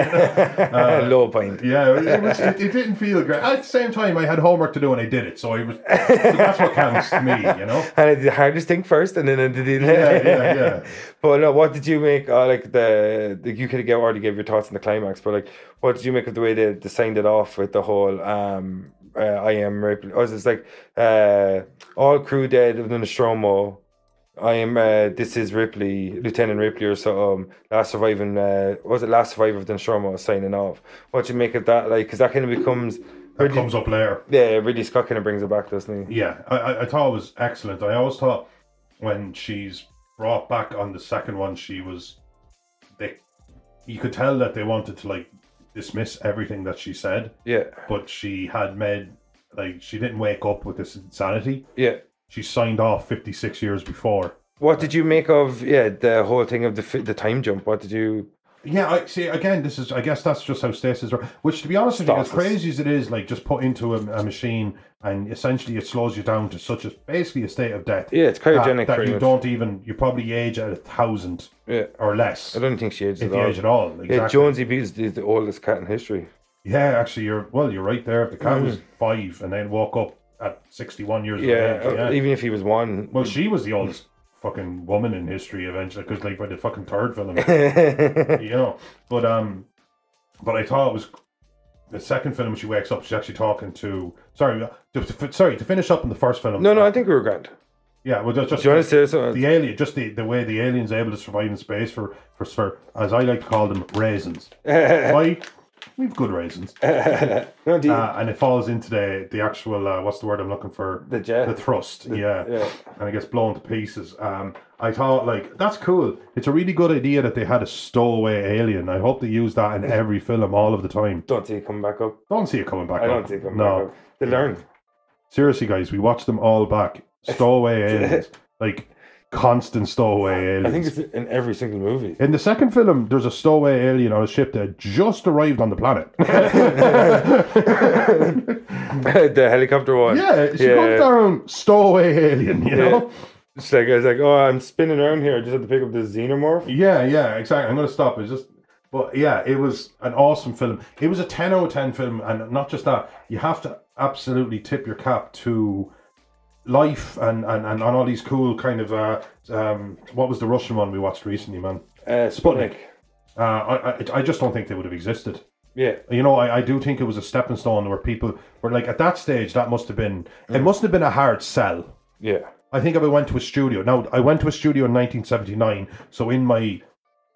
E: low point.
F: yeah, it, was, it, it didn't feel great. At the same time, I had homework to do, and I did it. So I was. that's what counts to me, you know.
E: And I did the hardest thing first, and then I did the
F: Yeah, yeah, yeah.
E: But no, what did you make? Uh, like the, the you could have already gave your thoughts on the climax, but like, what did you make of the way they, they signed it off with the whole um, uh, I am rape? Or it's like uh, all crew dead within the Stromo. I am. Uh, this is Ripley, Lieutenant Ripley, or so. Um, last surviving. Uh, what was it last survivor of the Stromo signing off? What do you make of that? Like, because that kind of becomes.
F: That
E: Really,
F: comes up later.
E: yeah, really, Scott kind of brings it back, doesn't he?
F: Yeah, I- I, I thought it was excellent. I always thought when she's brought back on the second one, she was they you could tell that they wanted to like dismiss everything that she said,
E: Yeah,
F: but she had made like she didn't wake up with this insanity.
E: yeah.
F: She signed off fifty six years before.
E: What did you make of yeah the whole thing of the fi- the time jump? What did you?
F: Yeah, I see. Again, this is. I guess that's just how stasis. Are, which, to be honest with you, as
E: Stasis.
F: crazy as it is, like just put into a, a machine and essentially it slows you down to such a basically a state of death.
E: Yeah, it's cryogenic
F: That, that
E: pretty
F: you
E: much.
F: don't even. You probably age at a thousand
E: Yeah,
F: or less.
E: I don't think she aged
F: If
E: at
F: you
E: all.
F: age at all,
E: Yeah,
F: exactly. Oh,
E: Jonesy B is the, the oldest cat in history.
F: Yeah, actually, you're well. You're right there. If the cat was five and then woke up at sixty-one years
E: Mm-hmm. Yeah,
F: of age, yeah.
E: uh, even if he was one.
F: well, she was the oldest fucking woman in history eventually, because like by the fucking third film, you know. But um, but I thought it was the second film. She wakes up. She's actually talking to. Sorry, to, to- sorry. To finish up in the first film.
E: no, no, I think we were grand.
F: Yeah, well, just, just
E: Do you want to say something?
F: the alien, just the, the way the alien's able to survive in space for, for, for as I like to call them, raisins. Why? We've good raisins. Uh,
E: no, do you-
F: and it falls into the, the actual, uh, what's the word I'm looking for?
E: The jet.
F: The thrust, yeah.
E: yeah.
F: And it gets blown to pieces. Um, I thought, like, that's cool. It's a really good idea that they had a stowaway alien. I hope they use that in every film all of the time.
E: don't see it coming back up.
F: Don't see it coming back
E: I
F: up.
E: don't see it coming
F: No.
E: back up. They learned.
F: Seriously, guys, we watch them all back. Stowaway aliens. Like, constant stowaway aliens.
E: I think it's in every single movie.
F: In the second film, there's a stowaway alien on a ship that just arrived on the planet.
E: the helicopter one.
F: yeah, she comes down, stowaway alien, you know?
E: It's like I was like, oh, I'm spinning around here. I just have to pick up this xenomorph.
F: Yeah, yeah, exactly. I'm going to stop. It's just, but yeah, it was an awesome film. It was a 10 out of 10 film, and not just that, you have to absolutely tip your cap to life and, and, and on all these cool kind of, uh, um, what was the Russian one we watched recently, man?
E: Uh, Sputnik.
F: Uh, I, I, I just don't think they would have existed.
E: Yeah.
F: You know, I, I do think it was a stepping stone where people were like, at that stage, that must have been, it must have been a hard sell.
E: Yeah.
F: I think if I went to a studio, now I went to a studio in 1979, so in my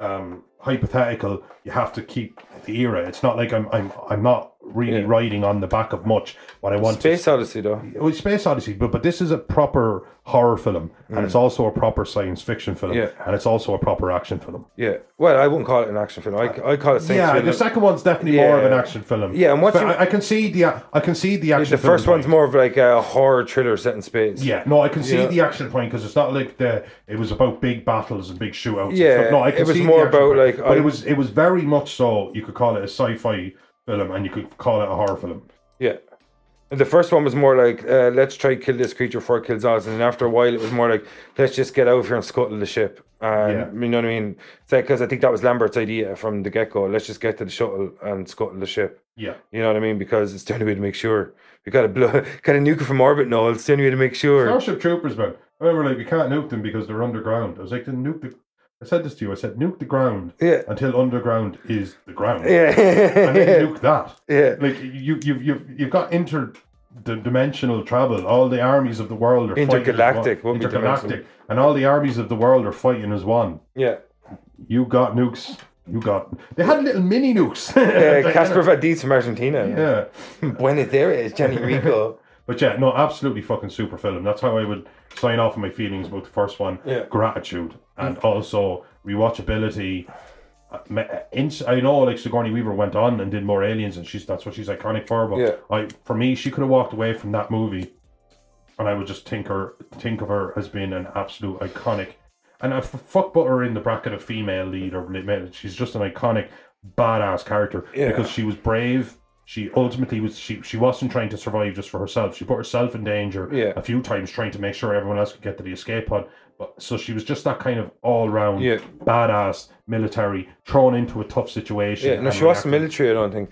F: um, hypothetical, you have to keep the era. It's not like I'm I'm I'm not really
E: Yeah.
F: riding on the back of much. What I want
E: Space Odyssey though.
F: to, well, Space Odyssey, but but this is a proper horror film, and it's also a proper science fiction film,
E: Mm. Yeah.
F: and it's also a proper action film.
E: Yeah. Well, I wouldn't call it an action film. I, I call it science
F: yeah,
E: fiction.
F: the second one's definitely more of an
E: Yeah.
F: action film.
E: Yeah, and what
F: But
E: you-
F: I, I can see the I can see the action.
E: the
F: film
E: first one's
F: point.
E: more of like a horror thriller set in space.
F: Yeah, no, I can see
E: Yeah.
F: the action point because it's not like the it was about big battles and big shootouts. and
E: Yeah,
F: stuff. no, I can
E: it was
F: see the
E: more
F: action
E: about,
F: point.
E: like,
F: but
E: I-
F: it was it was very much so. You could call it a sci-fi film, and you could call it a horror film.
E: Yeah. And the first one was more like, uh, let's try kill this creature before it kills us. And then after a while, it was more like, let's just get out of here and scuttle the ship. And
F: Yeah.
E: you know what I mean? Because I think that was Lambert's idea from the get go. Let's just get to the shuttle and scuttle the ship.
F: Yeah,
E: You know what I mean? Because it's the only way to make sure. We got to blow, got to nuke it from orbit. No, it's the only way to make sure.
F: Starship Troopers, man. I remember like we can't nuke them because they're underground. I was like, then nuke the. I said this to you. I said nuke the ground
E: Yeah.
F: until underground is the ground.
E: Yeah.
F: And then nuke that.
E: Yeah.
F: Like you, you've you've you've got inter the dimensional travel. All the armies of the world are fighting as one-
E: Intergalactic, wouldn't be
F: intergalactic,
E: dimensional.
F: and all the armies of the world are fighting as one.
E: Yeah. Uh,
F: You got nukes. You got. They had little mini nukes.
E: Uh, Casper Vadis from Argentina.
F: yeah.
E: Buenos Aires, Johnny Rico.
F: But yeah, no, absolutely fucking super film. That's how I would sign off on my feelings about the first one.
E: Yeah. Mm.
F: Gratitude and also rewatchability. Uh, me- uh, ins- I know like Sigourney Weaver went on and did more Aliens, and she's that's what she's iconic for. But
E: Yeah.
F: I, for me, she could have walked away from that movie, and I would just think her think of her as being an absolute iconic. And I f- fuck put her in the bracket of female lead or li- male. She's just an iconic badass character
E: Yeah.
F: because she was brave. She ultimately was she she wasn't trying to survive just for herself. She put herself in danger
E: Yeah.
F: a few times trying to make sure everyone else could get to the escape pod. But so she was just that kind of all round
E: Yeah.
F: badass military thrown into a tough situation.
E: Yeah, no,
F: and
E: she was
F: reacted.
E: military, I don't think.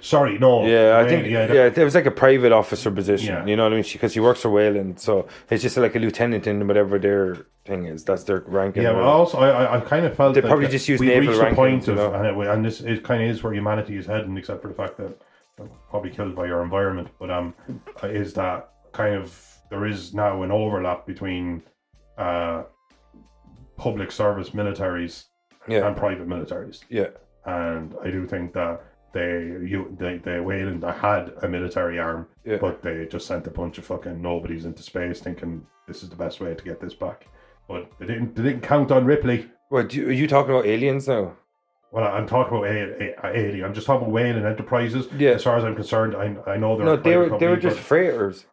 F: Sorry, no.
E: Yeah, I
F: Wait,
E: think yeah,
F: that-
E: it was like a private officer position.
F: Yeah.
E: You know what I mean? Because she works for Wayland, so it's just like a lieutenant in whatever their thing is. That's their rank.
F: Yeah,
E: and
F: but
E: all.
F: also I, I, I kind of felt
E: They
F: that
E: probably
F: that
E: just use
F: we
E: naval
F: reached the
E: rankings,
F: point of,
E: you know.
F: and, it, and this it kind of is where humanity is heading, except for the fact that we're probably killed by your environment. But um, is that kind of there is now an overlap between uh public service militaries
E: yeah,
F: and private militaries,
E: yeah,
F: and I do think that they you they they Wayland had a military arm,
E: Yeah.
F: but they just sent a bunch of fucking nobodies into space, thinking this is the best way to get this back. But they didn't they didn't count on Ripley.
E: What do you, are you talking about aliens now?
F: Well, I'm talking about A- A- alien. I'm just talking about Whale and Enterprises.
E: Yeah.
F: As far as I'm concerned, I, I know they're
E: No,
F: a
E: they
F: private
E: were they
F: company,
E: were just
F: but
E: freighters.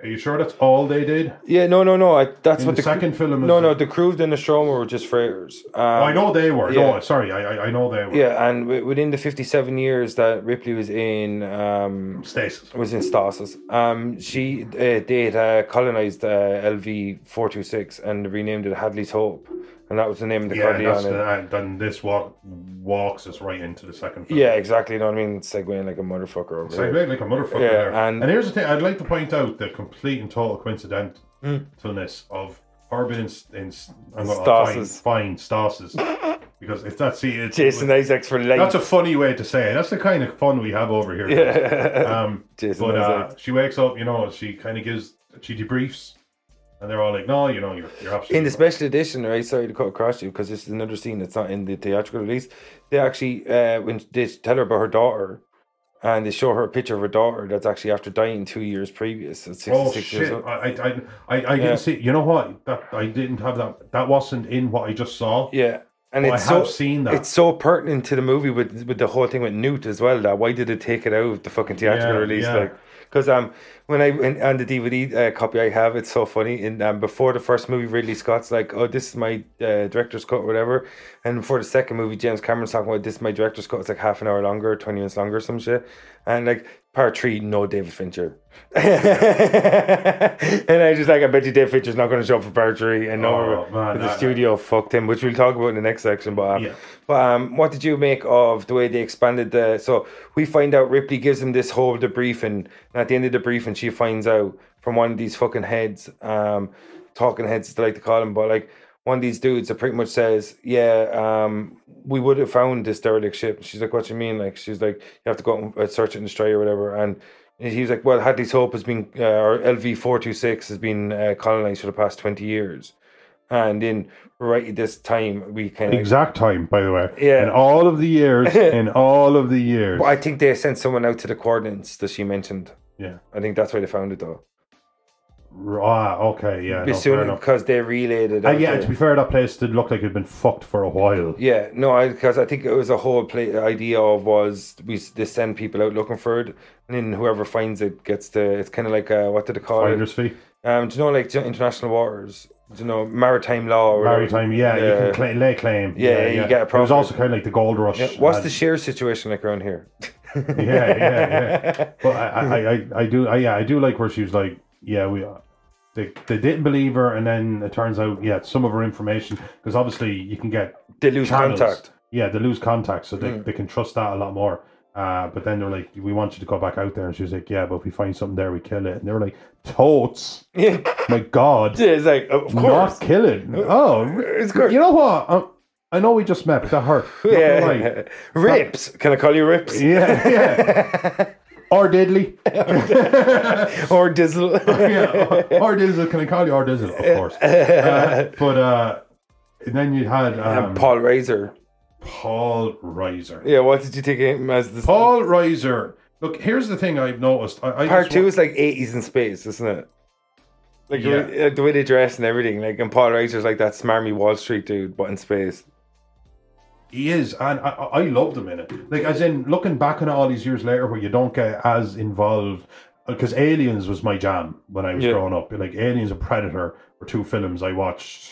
F: Are you sure that's all they did?
E: Yeah, no, no, no. I, that's
F: In
E: what
F: the
E: the, cr-
F: second film is
E: No,
F: the-
E: no, the Kruved and the Stromer were just freighters. Um,
F: Oh, I know they were.
E: yeah.
F: No, sorry, I I- I know they were.
E: Yeah, and w- within the fifty-seven years that Ripley was in, um,
F: Stasis.
E: was in stasis. Um, she uh, they had uh, colonized uh, LV four two six and renamed it Hadley's Hope, and that was the name of the
F: Yeah,
E: Cordial.
F: that's the, and then this walk walks us right into the second film.
E: Yeah, exactly. You know what I mean? Segueing like a motherfucker over
F: So I
E: there.
F: made like a motherfucker
E: Yeah,
F: there.
E: and-
F: And, here's the thing: I'd like to point out the complete and total coincidentalness of her being in, in I'm gonna find,
E: Stasis.
F: find stasis because if that's see, it's,
E: Jason Isaacs for life.
F: that's a funny way to say it. That's the kind of fun we have over here.
E: yeah.
F: Um,
E: Jason
F: but uh,
E: Isaacs.
F: she wakes up, you know, she kind of gives she debriefs, and they're all like, "No, you know, you're you're absolutely
E: in the
F: right."
E: special edition, right? Sorry to cut across you because this is another scene that's not in the theatrical release. They actually, uh, when they tell her about her daughter, and they show her a picture of her daughter that's actually after dying two years previous at
F: Oh
E: 66 years
F: shit!
E: old.
F: I I I, I, I didn't
E: Yeah.
F: see. You know what? That I didn't have that. That wasn't in what I just saw.
E: Yeah. And
F: Oh, I
E: it's
F: have
E: so
F: seen that.
E: it's so pertinent to the movie with with the whole thing with Newt as well. That why did they take it out of the fucking theatrical
F: Yeah,
E: release?
F: yeah.
E: Like, because um, when I in, on the DVD uh, copy I have, it's so funny. In um, before the first movie, Ridley Scott's like, "Oh, this is my uh, director's cut, whatever," and for the second movie, James Cameron's talking about this is my director's cut. It's like half an hour longer, twenty minutes longer, some shit, and like. Part three, no David Fincher, and I just like I bet you David Fincher's not going to show up for part three, and no,
F: Oh,
E: but
F: man,
E: the
F: that-
E: studio fucked him, which we'll talk about in the next section. But um,
F: Yeah.
E: but um, what did you make of the way they expanded the? So we find out Ripley gives him this whole debriefing, and at the end of the briefing, she finds out from one of these fucking heads, um, talking heads, as they like to call them, but like one of these dudes that pretty much says, "Yeah, um, we would have found this derelict ship." She's like, "What do you mean?" Like she's like, "You have to go out and uh, search it in Australia or whatever," and. He was like, "Well, Hadley's Hope has been, uh, or LV four two six has been uh, colonized for the past twenty years, and in right at this time we kind of
F: exact time, by the way.
E: Yeah.
F: In all of the years, in all of the years.
E: But I think they sent someone out to the coordinates that she mentioned.
F: Yeah.
E: I think that's why they found it though.
F: R- Ah, okay, yeah. No,
E: As
F: fair
E: soon
F: enough.
E: because they relayed it.
F: Uh,
E: out
F: yeah,
E: there.
F: to be fair, that place did look like it'd been fucked for a while.
E: Yeah, no, because I, think it was a whole play, idea of was we s- they send people out looking for it, and then whoever finds it gets the. It's kind of like uh, what did they call
F: Finder's fee.
E: it? Um, do you know like do you know, international waters? Do you know maritime law? Or whatever?
F: Maritime, yeah, you
E: Yeah.
F: can cla lay claim.
E: Yeah, you get a
F: It was
E: profit.
F: also kind of like the gold rush.
E: Yeah, What's the
F: and-
E: share situation like around here?
F: yeah, yeah, yeah. But I, I, I, I do, I, yeah, I do like where she was like, yeah, we, they, they didn't believe her, and then it turns out, yeah, some of her information, because obviously you can get
E: They lose
F: channels.
E: contact. Hmm.
F: Yeah, they lose contact, so they, they can trust that a lot more. Uh, but then they're like, we want you to go back out there, and she was like, yeah, but if we find something there, we kill it, and they were like, totes,
E: Yeah,
F: my god,
E: it's like of course.
F: not kill it. Oh,
E: It's good.
F: you know what? Um, I know we just met, but that hurt. Not gonna lie.
E: yeah, rips. Can I call you rips?
F: Yeah, yeah. or diddly.
E: or Dizzle.
F: yeah, or Dizzle. Can I call you or Dizzle? Of course. Uh, but uh, and then you had um,
E: and Paul Razor.
F: Paul Reiser.
E: Yeah, what did you take him as? The
F: Paul Reiser. Look, here's the thing I've noticed. I, I just
E: Part two
F: wa-
E: is like 80s in space, isn't it? Like the way-
F: Yeah.
E: uh, the way they dress and everything. Like, and Paul Reiser's like that smarmy Wall Street dude, but in space.
F: He is, and I, I I loved him in it. Like, as in looking back on it all these years later, where you don't get as involved, because Aliens was my jam when I was
E: Yeah.
F: growing up. Like, Aliens and Predator were two films I watched.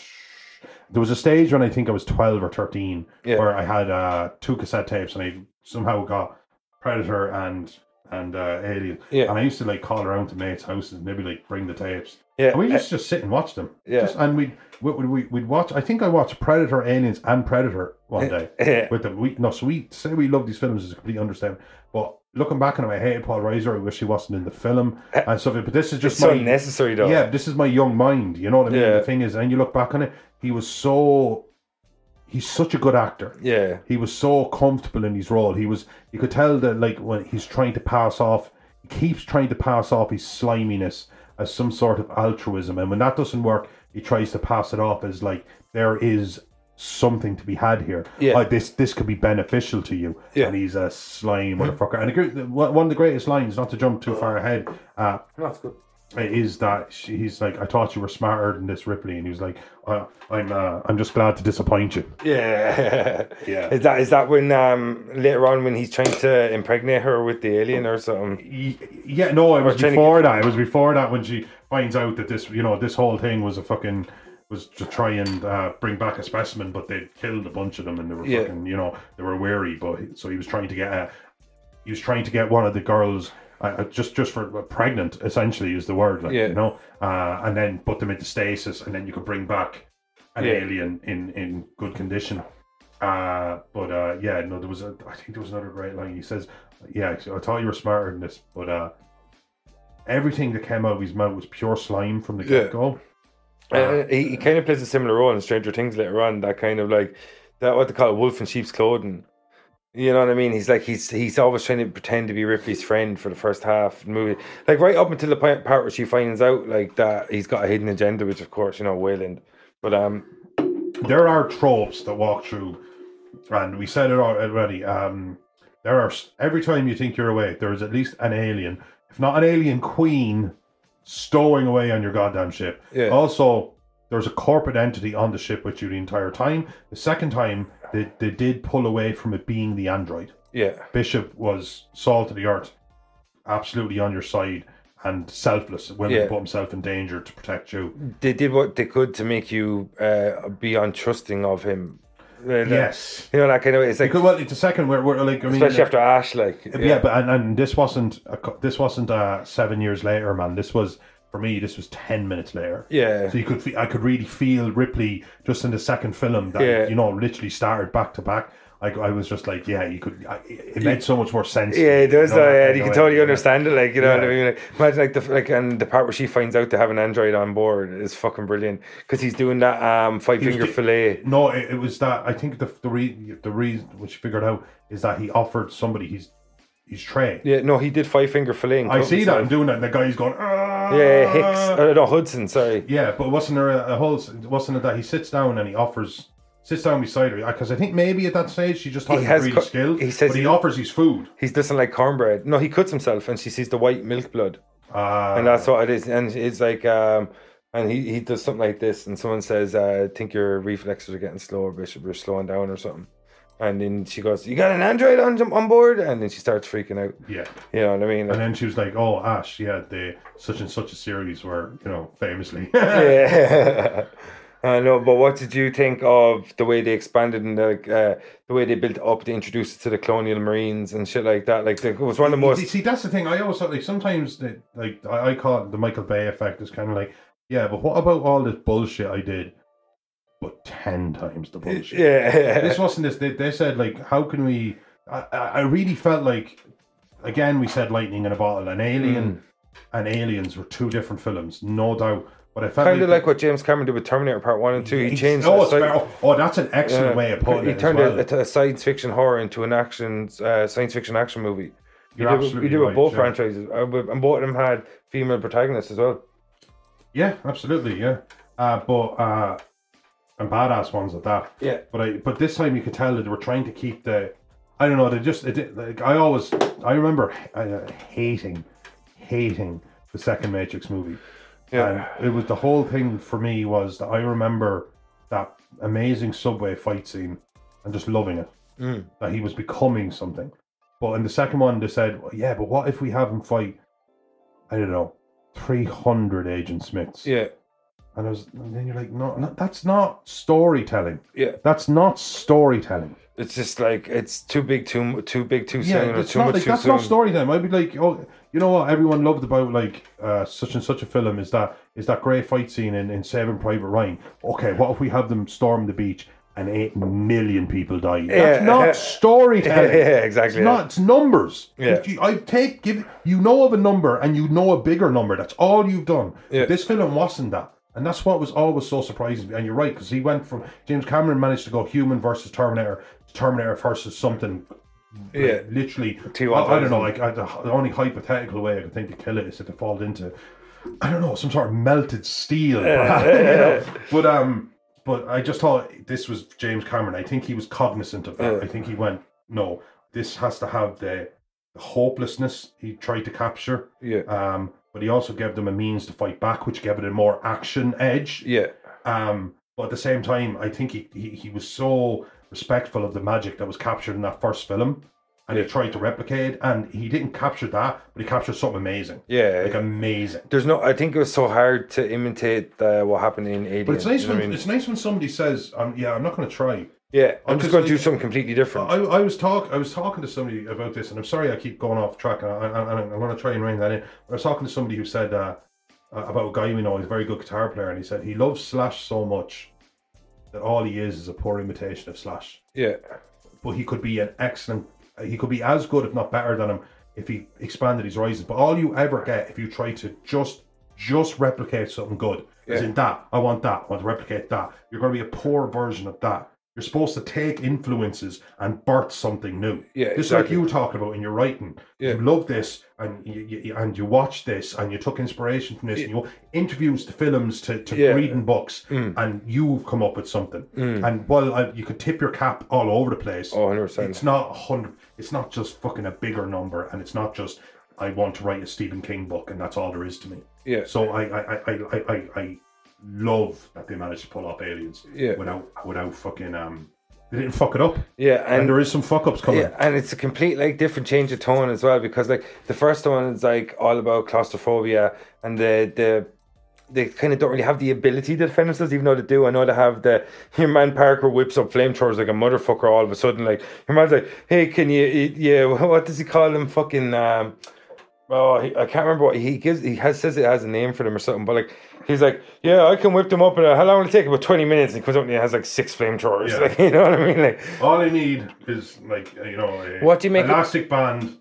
F: There was a stage when I think I was twelve or thirteen,
E: Yeah.
F: where I had uh, two cassette tapes, and I somehow got Predator and and uh, Alien.
E: Yeah.
F: And I used to like call around to mates' houses, maybe like bring the tapes.
E: Yeah.
F: And we just just sit and watch them.
E: Yeah.
F: Just, and we we we we'd watch. I think I watched Predator, Aliens, and Predator one day
E: yeah.
F: with them. We, no, so we say we love these films is a complete understatement. But looking back on him, I hated Paul Reiser. I wish he wasn't in the film and stuff. But this is just
E: It's so
F: my
E: necessary, though.
F: yeah. This is my young mind. You know what I mean?
E: Yeah.
F: The thing is, and you look back on it, he was so he's such a good actor.
E: Yeah.
F: He was so comfortable in his role. He was you could tell that like when he's trying to pass off, he keeps trying to pass off his sliminess as some sort of altruism, and when that doesn't work, he tries to pass it off as like there is something to be had here.
E: Yeah.
F: Like this, this could be beneficial to you.
E: Yeah.
F: And he's a slime motherfucker. And the gr- the- one of the greatest lines, not to jump too far ahead, uh,
E: That's good.
F: is that she, he's like, "I thought you were smarter than this, Ripley," and he was like, uh, "I'm, uh, I'm just glad to disappoint you."
E: Yeah.
F: Yeah.
E: Is that is that when um later on when he's trying to impregnate her with the alien or something?
F: Y- Yeah, no, it was
E: trying to
F: before that. It was before that when she finds out that this, you know, this whole thing was a fucking was to try and uh, bring back a specimen, but they killed a bunch of them and they were
E: Yeah.
F: fucking, you know, they were wary. But so he was trying to get a, he was trying to get one of the girls. Uh, uh, just, just for pregnant, essentially is the word, like
E: Yeah.
F: you know, uh, and then put them into stasis, and then you could bring back an
E: Yeah.
F: alien in in good condition. Uh, but uh, yeah, no, there was a, I think there was another great line. He says, "Yeah, I thought you were smarter than this, but uh, everything that came out of his mouth was pure slime from the
E: Yeah.
F: get go."
E: Uh, he, he kind of plays a similar role in Stranger Things later on. That kind of like that what they call wolf in sheep's clothing. You know what I mean? He's like he's he's always trying to pretend to be Ripley's friend for the first half of the movie, like right up until the part part where she finds out like that he's got a hidden agenda, which of course you know Wayland. But um,
F: There are tropes that walk through, and we said it al- already. Um, there are s- every time you think you're away, there is at least an alien, if not an alien queen, stowing away on your goddamn ship.
E: Yeah.
F: Also, there's a corporate entity on the ship with you the entire time. The second time, they, they did pull away from it being the android.
E: yeah,
F: Bishop was salt of the earth, absolutely on your side and selfless, willing
E: Yeah.
F: to put himself in danger to protect you.
E: they did what they could to make you uh, be untrusting of him. Uh, that-
F: Yes.
E: you know that kind of it's like
F: Because, well, it's a second where we're like, I mean,
E: especially after Ash, like
F: uh, yeah, but and, and this wasn't a, cou- this wasn't uh seven years later, man. This was for me, this was ten minutes later.
E: Yeah.
F: so you could fe- I could really feel Ripley just in the second film that
E: Yeah.
F: you know literally started back to back. I, I was just like, yeah, you could. I, it made so much more sense. to
E: Yeah,
F: me,
E: it does.
F: you know,
E: though,
F: that
E: yeah,
F: kind
E: you
F: of
E: can
F: way,
E: totally
F: yeah.
E: understand it. Like you know what I
F: Yeah.
E: mean. Like, imagine like the f- like and the part where she finds out they have an android on board is fucking brilliant because he's doing that um five
F: was
E: finger
F: do-
E: fillet.
F: No, it, it was that I think the the re, the reason which she figured out is that he offered somebody his his tray.
E: Yeah, no, he did five finger fillet. and
F: I
E: cut
F: see that I'm
E: himself.
F: doing that, and the guy's going. "Ah."
E: Yeah, Hicks. Uh, no, Hudson. Sorry.
F: Yeah, but wasn't there a, a whole? Wasn't it that he sits down and he offers sits down beside her because I think maybe at that stage she just thought
E: He
F: he,
E: has
F: was really
E: co-
F: skilled.
E: he says
F: but he,
E: he-
F: offers his food.
E: He doesn't like cornbread. No, he cuts himself, and she sees the white milk blood,
F: Uh,
E: and that's what it is. And it's like um. And he, he does something like this, and someone says, uh, "I think your reflexes are getting slower, Bishop. You're slowing down or something." And then she goes, "You got an android on on board?" And then she starts freaking out.
F: yeah.
E: You know what I mean?
F: And then she was like, "Oh, Ash, yeah, the such and such a series where you know famously."
E: yeah. I know, but what did you think of the way they expanded and like uh, the way they built up? They introduced it to the colonial marines and shit like that. Like the, it was one of the
F: You
E: most.
F: see, that's the thing. I always thought, like sometimes the, like I, I call it the Michael Bay effect. Is kind of like, yeah, but what about all this bullshit I did, but ten times the bullshit.
E: Yeah,
F: This wasn't this. They, they said like, how can we? I, I I really felt like, again, we said lightning in a bottle. An alien
E: Hmm.
F: and aliens were two different films, no doubt. But I felt
E: kind of like what James Cameron did with Terminator Part One and Two. He
F: He's-
E: changed.
F: Oh,
E: the
F: it's
E: sci-
F: fair. Oh, oh, that's an excellent
E: yeah,
F: way of putting
E: he
F: it. as
E: turned
F: well.
E: a, a science fiction horror into an action uh, science fiction action movie. You
F: You're
E: do, with-
F: absolutely
E: you do with
F: right,
E: both
F: yeah.
E: franchises, uh, with- and both of them had female protagonists as well.
F: Yeah, absolutely. Yeah, uh, but uh, and badass ones at that.
E: Yeah.
F: but I but this time you could tell that they were trying to keep the. I don't know. They just. It, did- like, I always. I remember uh, hating, hating the second Matrix movie.
E: Yeah.
F: And it was the whole thing for me was that I remember that amazing subway fight scene and just loving it. That he was becoming something. But in the second one, they said, well, yeah, but what if we have him fight, I don't know, 300 Agent Smiths?
E: Yeah,
F: And, I was, and then you're like, no, no, that's not storytelling.
E: yeah.
F: That's not storytelling.
E: It's just like it's too big, too mu- too big, too soon,
F: Yeah,
E: or
F: it's
E: too
F: not
E: much
F: like,
E: too
F: that's
E: soon.
F: not story time. I'd be like, oh, you know what? Everyone loved about like uh, such and such a film is that is that great fight scene in, in Saving Private Ryan. Okay, what if we have them storm the beach and eight million people die? That's
E: Yeah.
F: not storytelling.
E: Yeah, exactly,
F: It's
E: yeah.
F: not. It's numbers.
E: Yeah.
F: If you- I take give you know of a number and you know a bigger number. That's all you've done.
E: Yeah.
F: This film wasn't that. And that's what was always so surprising. And you're right, because he went from James Cameron managed to go human versus Terminator, to Terminator versus something
E: Yeah,
F: literally
E: T1000.
F: I, I don't know like I, the the only hypothetical way I can think to kill it is if it falls into I don't know some sort of melted steel perhaps, you know? but um but I just thought this was James Cameron I think he was cognizant of that
E: Yeah.
F: I think he went no this has to have the, the hopelessness he tried to capture
E: yeah,
F: um but he also gave them a means to fight back which gave it a more action edge
E: yeah,
F: um, but at the same time, I think he, he, he was so respectful of the magic that was captured in that first film. And he
E: Yeah.
F: tried to replicate it, and he didn't capture that, but he captured something amazing.
E: yeah.
F: Like amazing.
E: There's no. I think it was so hard to imitate uh, what happened in Alien.
F: But it's nice
E: you know
F: when
E: what I mean?
F: it's nice when somebody says, um, yeah, I'm not gonna try.
E: yeah, I'm, just
F: just
E: going to do
F: like-
E: something completely different.
F: I, I was talk I was talking to somebody about this, and I'm sorry I keep going off track, and I, I, I'm going to try and rein that in. But I was talking to somebody who said uh, uh, about a guy we know, he's a very good guitar player, and he said he loves Slash so much that all he is is a poor imitation of Slash.
E: yeah,
F: but he could be an excellent. He could be as good, if not better, than him if he expanded his horizons. But all you ever get if you try to just just replicate something good is
E: Yeah.
F: in that. I want that. I want to replicate that. You're going to be a poor version of that. You're supposed to take influences and birth something new.
E: Yeah,
F: just
E: exactly.
F: like you were talking about in your writing.
E: Yeah.
F: You love this, and you, you, and you watched this, and you took inspiration from this, and you interviews to films to to
E: Yeah.
F: reading books,
E: Mm.
F: and you've come up with something. And while I, you could tip your cap all over the place,
E: oh, 100 percent.
F: it's not a hundred. It's not just fucking a bigger number, and it's not just I want to write a Stephen King book, and that's all there is to me.
E: Yeah.
F: So I I I I I, I- I love that they managed to pull off aliens.
E: Yeah.
F: Without without fucking um, they didn't fuck it up,
E: Yeah,
F: and,
E: and
F: there is some fuck ups coming.
E: Yeah, and it's a complete like different change of tone as well because like the first one is like all about claustrophobia and the the they kind of don't really have the ability to defend themselves, even though they do. I know they have the your man Parker whips up flamethrowers like a motherfucker. All of a sudden, like your man's like, "Hey, can you? Yeah, what does he call them? Fucking um, Oh, he, I can't remember what he gives. He has says it has a name for them or something, but like he's like, yeah, I can whip them up. And how long will it take? About twenty minutes. And he comes up and he has like six flamethrowers.
F: Yeah.
E: Like you know what I mean? Like
F: All I need is like uh, you know a
E: What do you make it-
F: elastic band,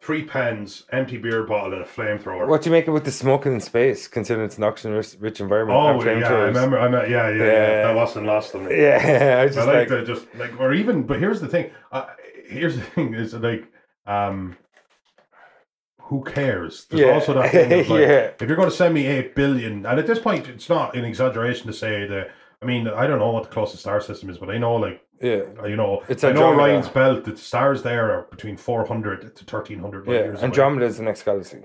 F: three pens, empty beer bottle, and a flamethrower.
E: What do you make of with the smoking in space, considering it's an oxygen-rich environment?
F: Oh
E: and
F: yeah, I
E: flamethrowers?
F: remember. I mean, yeah, yeah, yeah,
E: Yeah.
F: That wasn't lost on me.
E: Yeah, I was just
F: I like,
E: like,
F: that just like or even but here's the thing uh, here's the thing is like um who cares there's
E: Yeah.
F: also that thing of, like,
E: Yeah.
F: if you're going to send me 8 billion and at this point it's not an exaggeration to say that I mean I don't know what the closest star system is but I know like uh,
E: yeah,
F: you know
E: It's
F: I know
E: Andromeda.
F: Orion's belt that the stars there are between 400 to 1300 light
E: yeah.
F: years away
E: Andromeda is the next galaxy.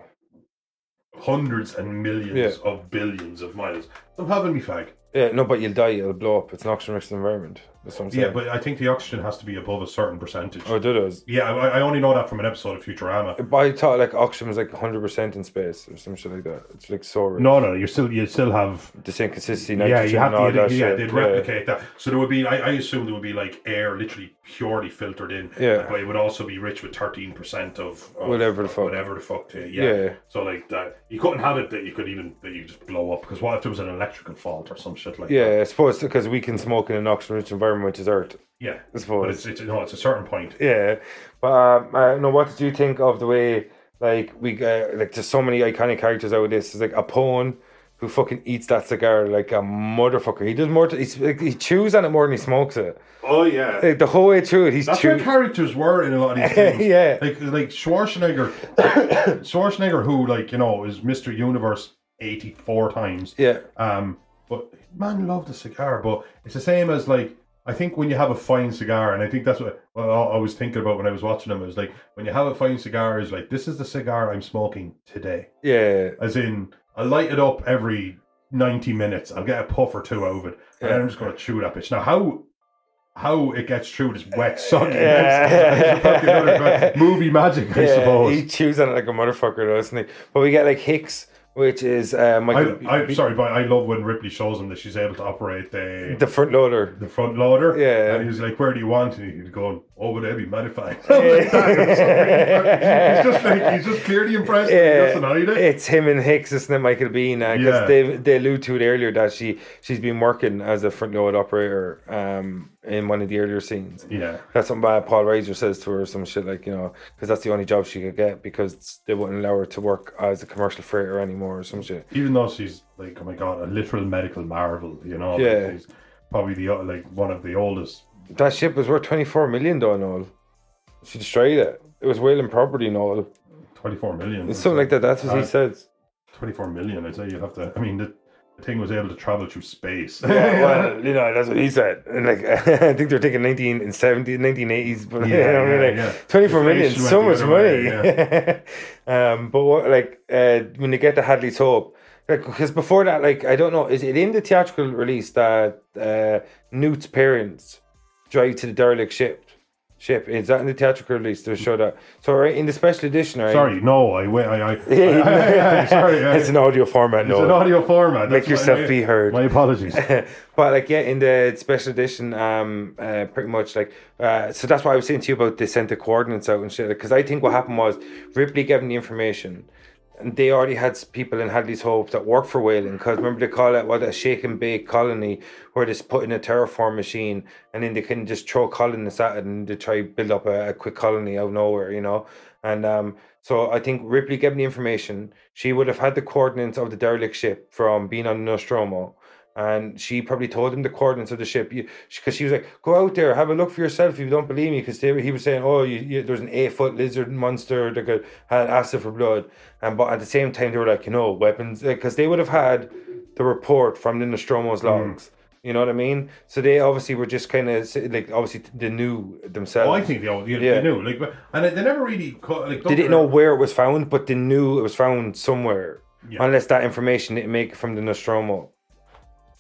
F: hundreds and millions of billions of miles I'm having me fag
E: Yeah, no, but you'll die. It'll blow up. It's an oxygen-rich environment. That's what I'm saying.
F: yeah but I think the oxygen has to be above a certain percentage
E: oh, it does.
F: yeah I, I only know that from an episode of Futurama
E: But I thought like oxygen was like 100 percent in space or some shit like that. It's like so rich.
F: No, no, you still you still have
E: the same consistency.
F: yeah, you
E: nitrogen
F: have
E: and all
F: to
E: that
F: yeah,
E: shit.
F: they'd replicate that. So there would be I, I assume there would be like air literally purely filtered in.
E: Yeah.
F: But it would also be rich with thirteen percent of, of
E: Whatever the
F: of
E: fuck.
F: Whatever the fuck to yeah.
E: Yeah.
F: So like that you couldn't have it that you could even that you just blow up because what if there was an electrical fault or some shit like that?
E: Yeah, I suppose because we can smoke in an oxygen-rich environment, which is Earth.
F: Yeah.
E: I suppose.
F: But it's, it's no, it's a certain point.
E: Yeah, but um, uh, no. What did you think of the way like we uh, like there's so many iconic characters out of this? It's like Apone, who fucking eats that cigar like a motherfucker. He does more. To, he's, like, he chews on it more than he smokes it.
F: Oh yeah.
E: Like, the whole way through it, he's
F: That's
E: chewing.
F: where characters were in a lot of these films.
E: Yeah.
F: Like like Schwarzenegger Schwarzenegger who like, you know, is Mr. Universe eighty four times.
E: yeah,
F: Um but man loved a cigar, but it's the same as like I think when you have a fine cigar, and I think that's what well, I I was thinking about when I was watching him, it was like when you have a fine cigar, is like this is the cigar I'm smoking today.
E: yeah,
F: As in, I light it up every 90 minutes. I'll get a puff or two out of it. And then I'm just going to chew that bitch. Now, how how it gets through this wet, soggy mess is a fucking other- movie magic, I
E: yeah.
F: suppose.
E: He chews on it like a motherfucker, though, doesn't he? But we get like Hicks, which is uh,
F: I,
E: Michael,
F: I'm sorry, but I love when Ripley shows him that she's able to operate the
E: the front loader.
F: the front loader.
E: Yeah.
F: And he's like, Where do you want? And he's going, Over there, be magnified. Like that. he's just like, he's just clearly impressed. Yeah. He doesn't hide it.
E: it's him and Hicks, isn't it, Michael Bean? Because
F: Yeah.
E: they they allude to it earlier that she she's been working as a front load operator um, in one of the earlier scenes.
F: Yeah.
E: That's something bad Paul Reiser says to her, some shit like, you know, because that's the only job she could get because they wouldn't allow her to work as a commercial freighter anymore or some shit.
F: even though she's like, oh my god, a literal medical marvel, you know. like,
E: Yeah.
F: she's probably the o- like one of the oldest.
E: That ship was worth 24 million, though, Noel. She destroyed it. It was whaling property, Noel.
F: Twenty-four million.
E: It's something like that. That's what he
F: Uh,
E: says.
F: Twenty-four million. I'd say you have to. I mean, the, the thing was able to travel through space.
E: Yeah, well, you know, that's what he said. And like, I think they're thinking 1970s, 1980s, but you
F: Yeah,
E: know, what I mean,
F: yeah,
E: like,
F: yeah.
E: 24 million,
F: Inflation
E: so
F: went
E: much
F: the
E: money.
F: other
E: um, but what, like, uh, when they get to Hadley's Hope, like, because before that, like, I don't know, is it in the theatrical release that uh, Newt's parents drive to the derelict ship? Ship is that in the theatrical release? They show that. So right, in the special edition, right?
F: sorry, no, I went. I, I,
E: Yeah,
F: I- I- I- sorry, I-
E: it's an audio format.
F: it's
E: no.
F: an audio format.
E: Make
F: that's
E: yourself
F: my,
E: be heard.
F: My apologies.
E: but like yeah in the special edition um uh, pretty much like uh, so that's what i was saying to you about they sent the coordinates out and shit because i think what happened was ripley gave them the information and they already had s- people in Hadley's Hope that work for whaling because remember they call it what a shake and bake colony where they just put in a terraform machine and then they can just throw colonists at it and they try build up a, a quick colony out of nowhere you know and um so I think Ripley gave them the information she would have had the coordinates of the derelict ship from being on Nostromo and she probably told him the coordinates of the ship because she, was like go out there have a look for yourself if you don't believe me because he was saying oh you, you, there's an eight foot lizard monster that could had acid for blood and but at the same time they were like you know weapons because they would have had the report from the
F: Mm.
E: Nostromo's logs you know what I mean so they obviously were just kind of like obviously they knew themselves
F: Oh, I think they, all- they,
E: Yeah.
F: they knew, like, but- and they never really caught, like.
E: they didn't know where it was found but they knew it was found somewhere
F: Yeah.
E: unless that information didn't make it from the Nostromo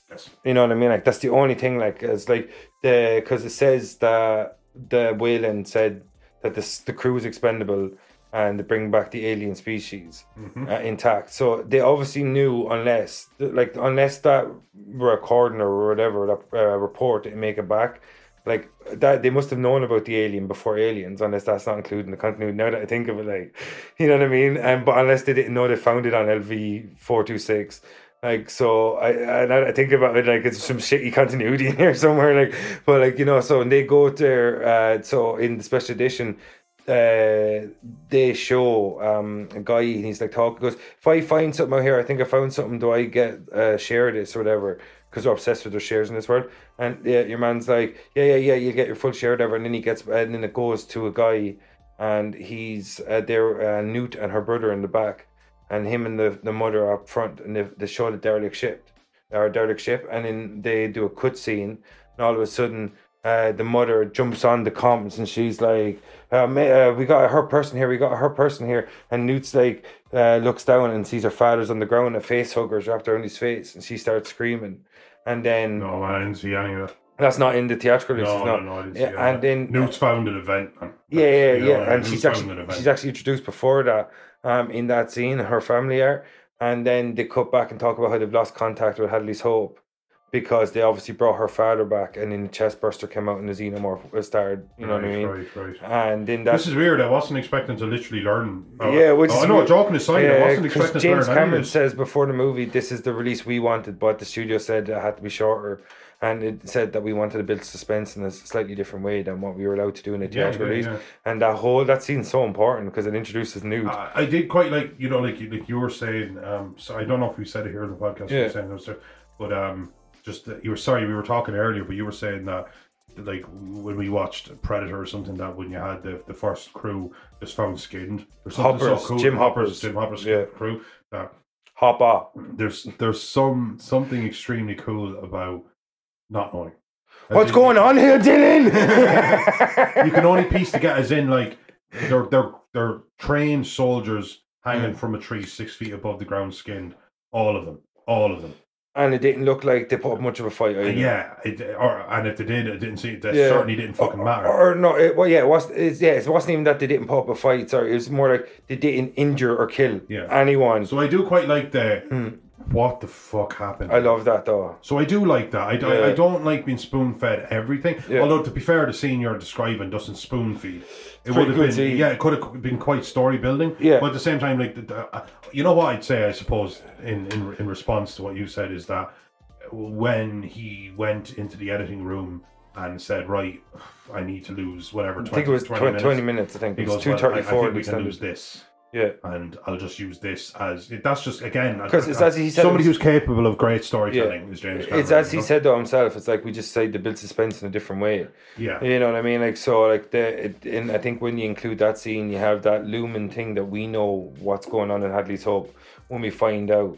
F: Yes.
E: You know what I mean? Like that's the only thing. Like it's like the because it says that the Whalen said that this the crew is expendable and they bring back the alien species uh, intact. So they obviously knew unless like unless that recording or whatever that uh, report didn't make it back. Like that, they must have known about the alien before aliens, unless that's not including the continuity. Now that I think of it, like, you know what I mean. And but unless they didn't know they found it on LV four two six, like so, I I, now that I think about it like it's some shitty continuity in here somewhere. Like, but like you know, so when they go there, uh, so in the special edition, uh, they show um a guy and he's like talking. Goes, if I find something out here, I think I found something. Do I get uh, share this or whatever? Because we're obsessed with their shares in this world. And yeah, your man's like, yeah, yeah, yeah, you get your full share, whatever. And then he gets, and then it goes to a guy, and he's uh, there, uh, Newt and her brother in the back and him and the, the mother up front and they, they show the derelict ship or derelict ship and then they do a cut scene and all of a sudden uh, the mother jumps on the comms and she's like uh, ma- uh, we got her person here we got her person here and Newt's like uh, looks down and sees her father's on the ground a face hugger's wrapped around his face and she starts screaming and then
F: No, I didn't see any of that.
E: that's not in the theatrical release
F: No,
E: it's
F: no,
E: not.
F: no, I didn't see
E: yeah,
F: any
E: and
F: of that.
E: then
F: Newt's found an event. man.
E: yeah, yeah,
F: You know,
E: yeah. And
F: Newt's
E: she's
F: found
E: actually
F: an event.
E: she's actually introduced before that, um, in that scene, her family are, and then they cut back and talk about how they've lost contact with Hadley's Hope, because they obviously brought her father back, and then the chestburster came out and the xenomorph started. You know what I mean?
F: Right, right, right.
E: And then that
F: This is weird. I wasn't expecting to literally learn. uh,
E: yeah, which
F: oh,
E: is
F: I know.
E: weird.
F: Joking aside, I wasn't
E: 'cause
F: expecting
E: James
F: to learn any
E: Cameron
F: of this.
E: says before the movie, this is the release we wanted, but the studio said it had to be shorter, and it said that we wanted to build suspense in a slightly different way than what we were allowed to do in the
F: Yeah,
E: theatrical
F: yeah,
E: release.
F: yeah.
E: And that whole that scene's so important because it introduces nude.
F: I I did quite like you know like you- like you were saying. Um, so I don't know if we said it here in the podcast. You
E: Yeah.
F: were saying it was there, but um, just that you were sorry we were talking earlier, but you were saying that like when we watched Predator or something that when you had the, the first crew just found skinned or something so
E: Hoppers,
F: cool.
E: Jim Hoppers.
F: Jim Hoppers
E: Yeah.
F: crew that
E: Hop off.
F: there's there's some something extremely cool about not knowing As
E: What's
F: in,
E: going on here,
F: you
E: Dylan?
F: can only piece together as in like they're they're they're trained soldiers hanging
E: Mm.
F: from a tree six feet above the ground, skinned. All of them, all of them.
E: and it didn't look like they put up much of a fight. Either.
F: And yeah, it, or and if they did, it didn't see. That
E: Yeah.
F: certainly didn't fucking matter.
E: Or no, it, well, yeah, it was. It's, yeah, it wasn't even that they didn't put up a fight. Sorry, it was more like they didn't injure or kill
F: Yeah.
E: anyone.
F: So I do quite like the
E: Hmm.
F: what the fuck happened.
E: I love that though.
F: So I do like that. I, do- I
E: Yeah.
F: don't like being spoon fed everything.
E: Yeah.
F: Although to be fair, the scene you're describing doesn't spoon feed. It
E: pretty
F: would have
E: good
F: been
E: scene.
F: yeah, it could have been quite story building.
E: Yeah.
F: But at the same time, like the, the, uh, you know what I'd say, I suppose in, in in response to what you said is that when he went into the editing room and said, right, I need to lose whatever. 20,
E: I think it was 20,
F: 20
E: 20 minutes.
F: minutes.
E: I think
F: He
E: it was
F: goes, well,
E: two
F: I-
E: thirty
F: I,
E: four.
F: think we can lose this
E: Yeah,
F: and I'll just use this as it, that's just again
E: 'Cause it's as he said-
F: somebody who's capable of great storytelling is James. Cameron,
E: it's as
F: you
E: he
F: know?
E: said though himself. It's like we just decided to build suspense in a different way.
F: Yeah,
E: You know what I mean? Like so, like the it, and I think when you include that scene, you have that looming thing that we know what's going on in Hadley's Hope when we find out.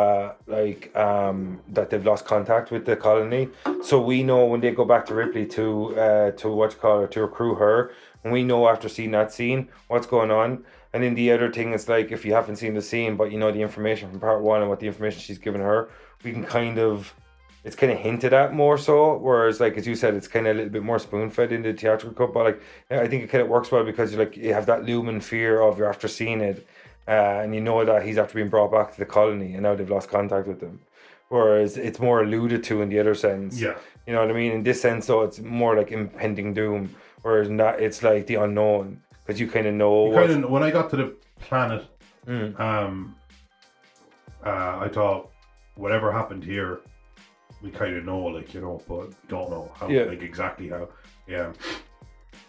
E: Uh, like um, that they've lost contact with the colony, so we know when they go back to Ripley to uh, to what you call it to recruit her, and we know after seeing that scene what's going on. And then the other thing is like if you haven't seen the scene, but you know the information from part one and what the information she's given her, we can kind of it's kind of hinted at more so. Whereas, like as you said, it's kind of a little bit more spoon fed in the theatrical cut. But like, I think it kind of works well because you like you have that looming fear of you're after seeing it, uh, and you know that he's after being brought back to the colony, and now they've lost contact with them. Whereas it's more alluded to in the other sense.
F: Yeah.
E: you know what I mean. In this sense, though, it's more like impending doom. Whereas not, it's like the unknown because you kind of know.
F: Kind
E: what's-
F: of, when I got to the planet,
E: Mm.
F: um, uh, I thought whatever happened here, we kind of know, like you know, but don't know how,
E: Yeah.
F: like exactly how. Yeah,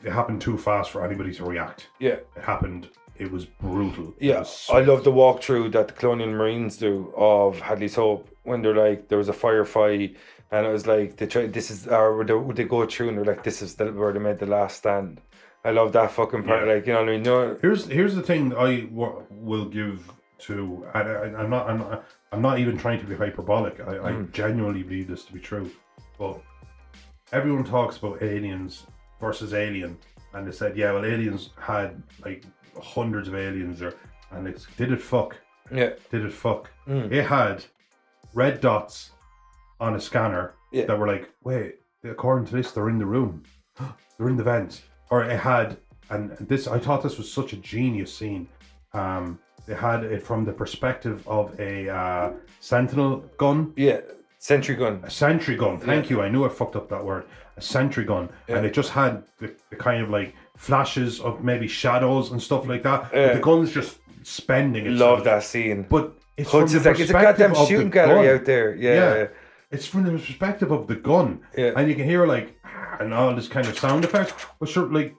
F: it happened too fast for anybody to react.
E: yeah.
F: It happened. It was brutal. It
E: Yeah,
F: was so-
E: I love the walkthrough that the Colonial Marines do of Hadley's Hope when they're like, there was a firefight, and it was like they try. This is or they, they go through and they're like, this is the, where they made the last stand. I love that fucking part.
F: Yeah.
E: Like you know what I mean? No,
F: Here's here's the thing that I w- will give to. I, I, I'm not I'm not I'm not even trying to be hyperbolic. I, I genuinely believe this to be true. But everyone talks about aliens versus alien, and they said, yeah, well, aliens had like hundreds of aliens, or and it's did it fuck?
E: yeah,
F: Did it fuck?
E: Mm.
F: It had red dots on a scanner
E: Yeah.
F: that were like, wait, according to this, they're in the room. they're in the vent. Or it had, and this, I thought this was such a genius scene. Um, it had it from the perspective of a uh, sentinel gun,
E: yeah. Sentry gun.
F: a sentry gun. Thank you. I knew I fucked up that word. A sentry gun, and it just had the, the kind of like flashes of maybe shadows and stuff like that. But
E: Yeah.
F: The gun's just spending. itself.
E: Love that scene.
F: But it's
E: Hutz
F: from
E: is
F: the
E: like, it's a
F: perspective
E: goddamn
F: of the
E: shooting gallery
F: gun.
E: out there. Yeah.
F: It's from the perspective of the gun.
E: Yeah.
F: And you can hear like and all this kind of sound effects. But sure, like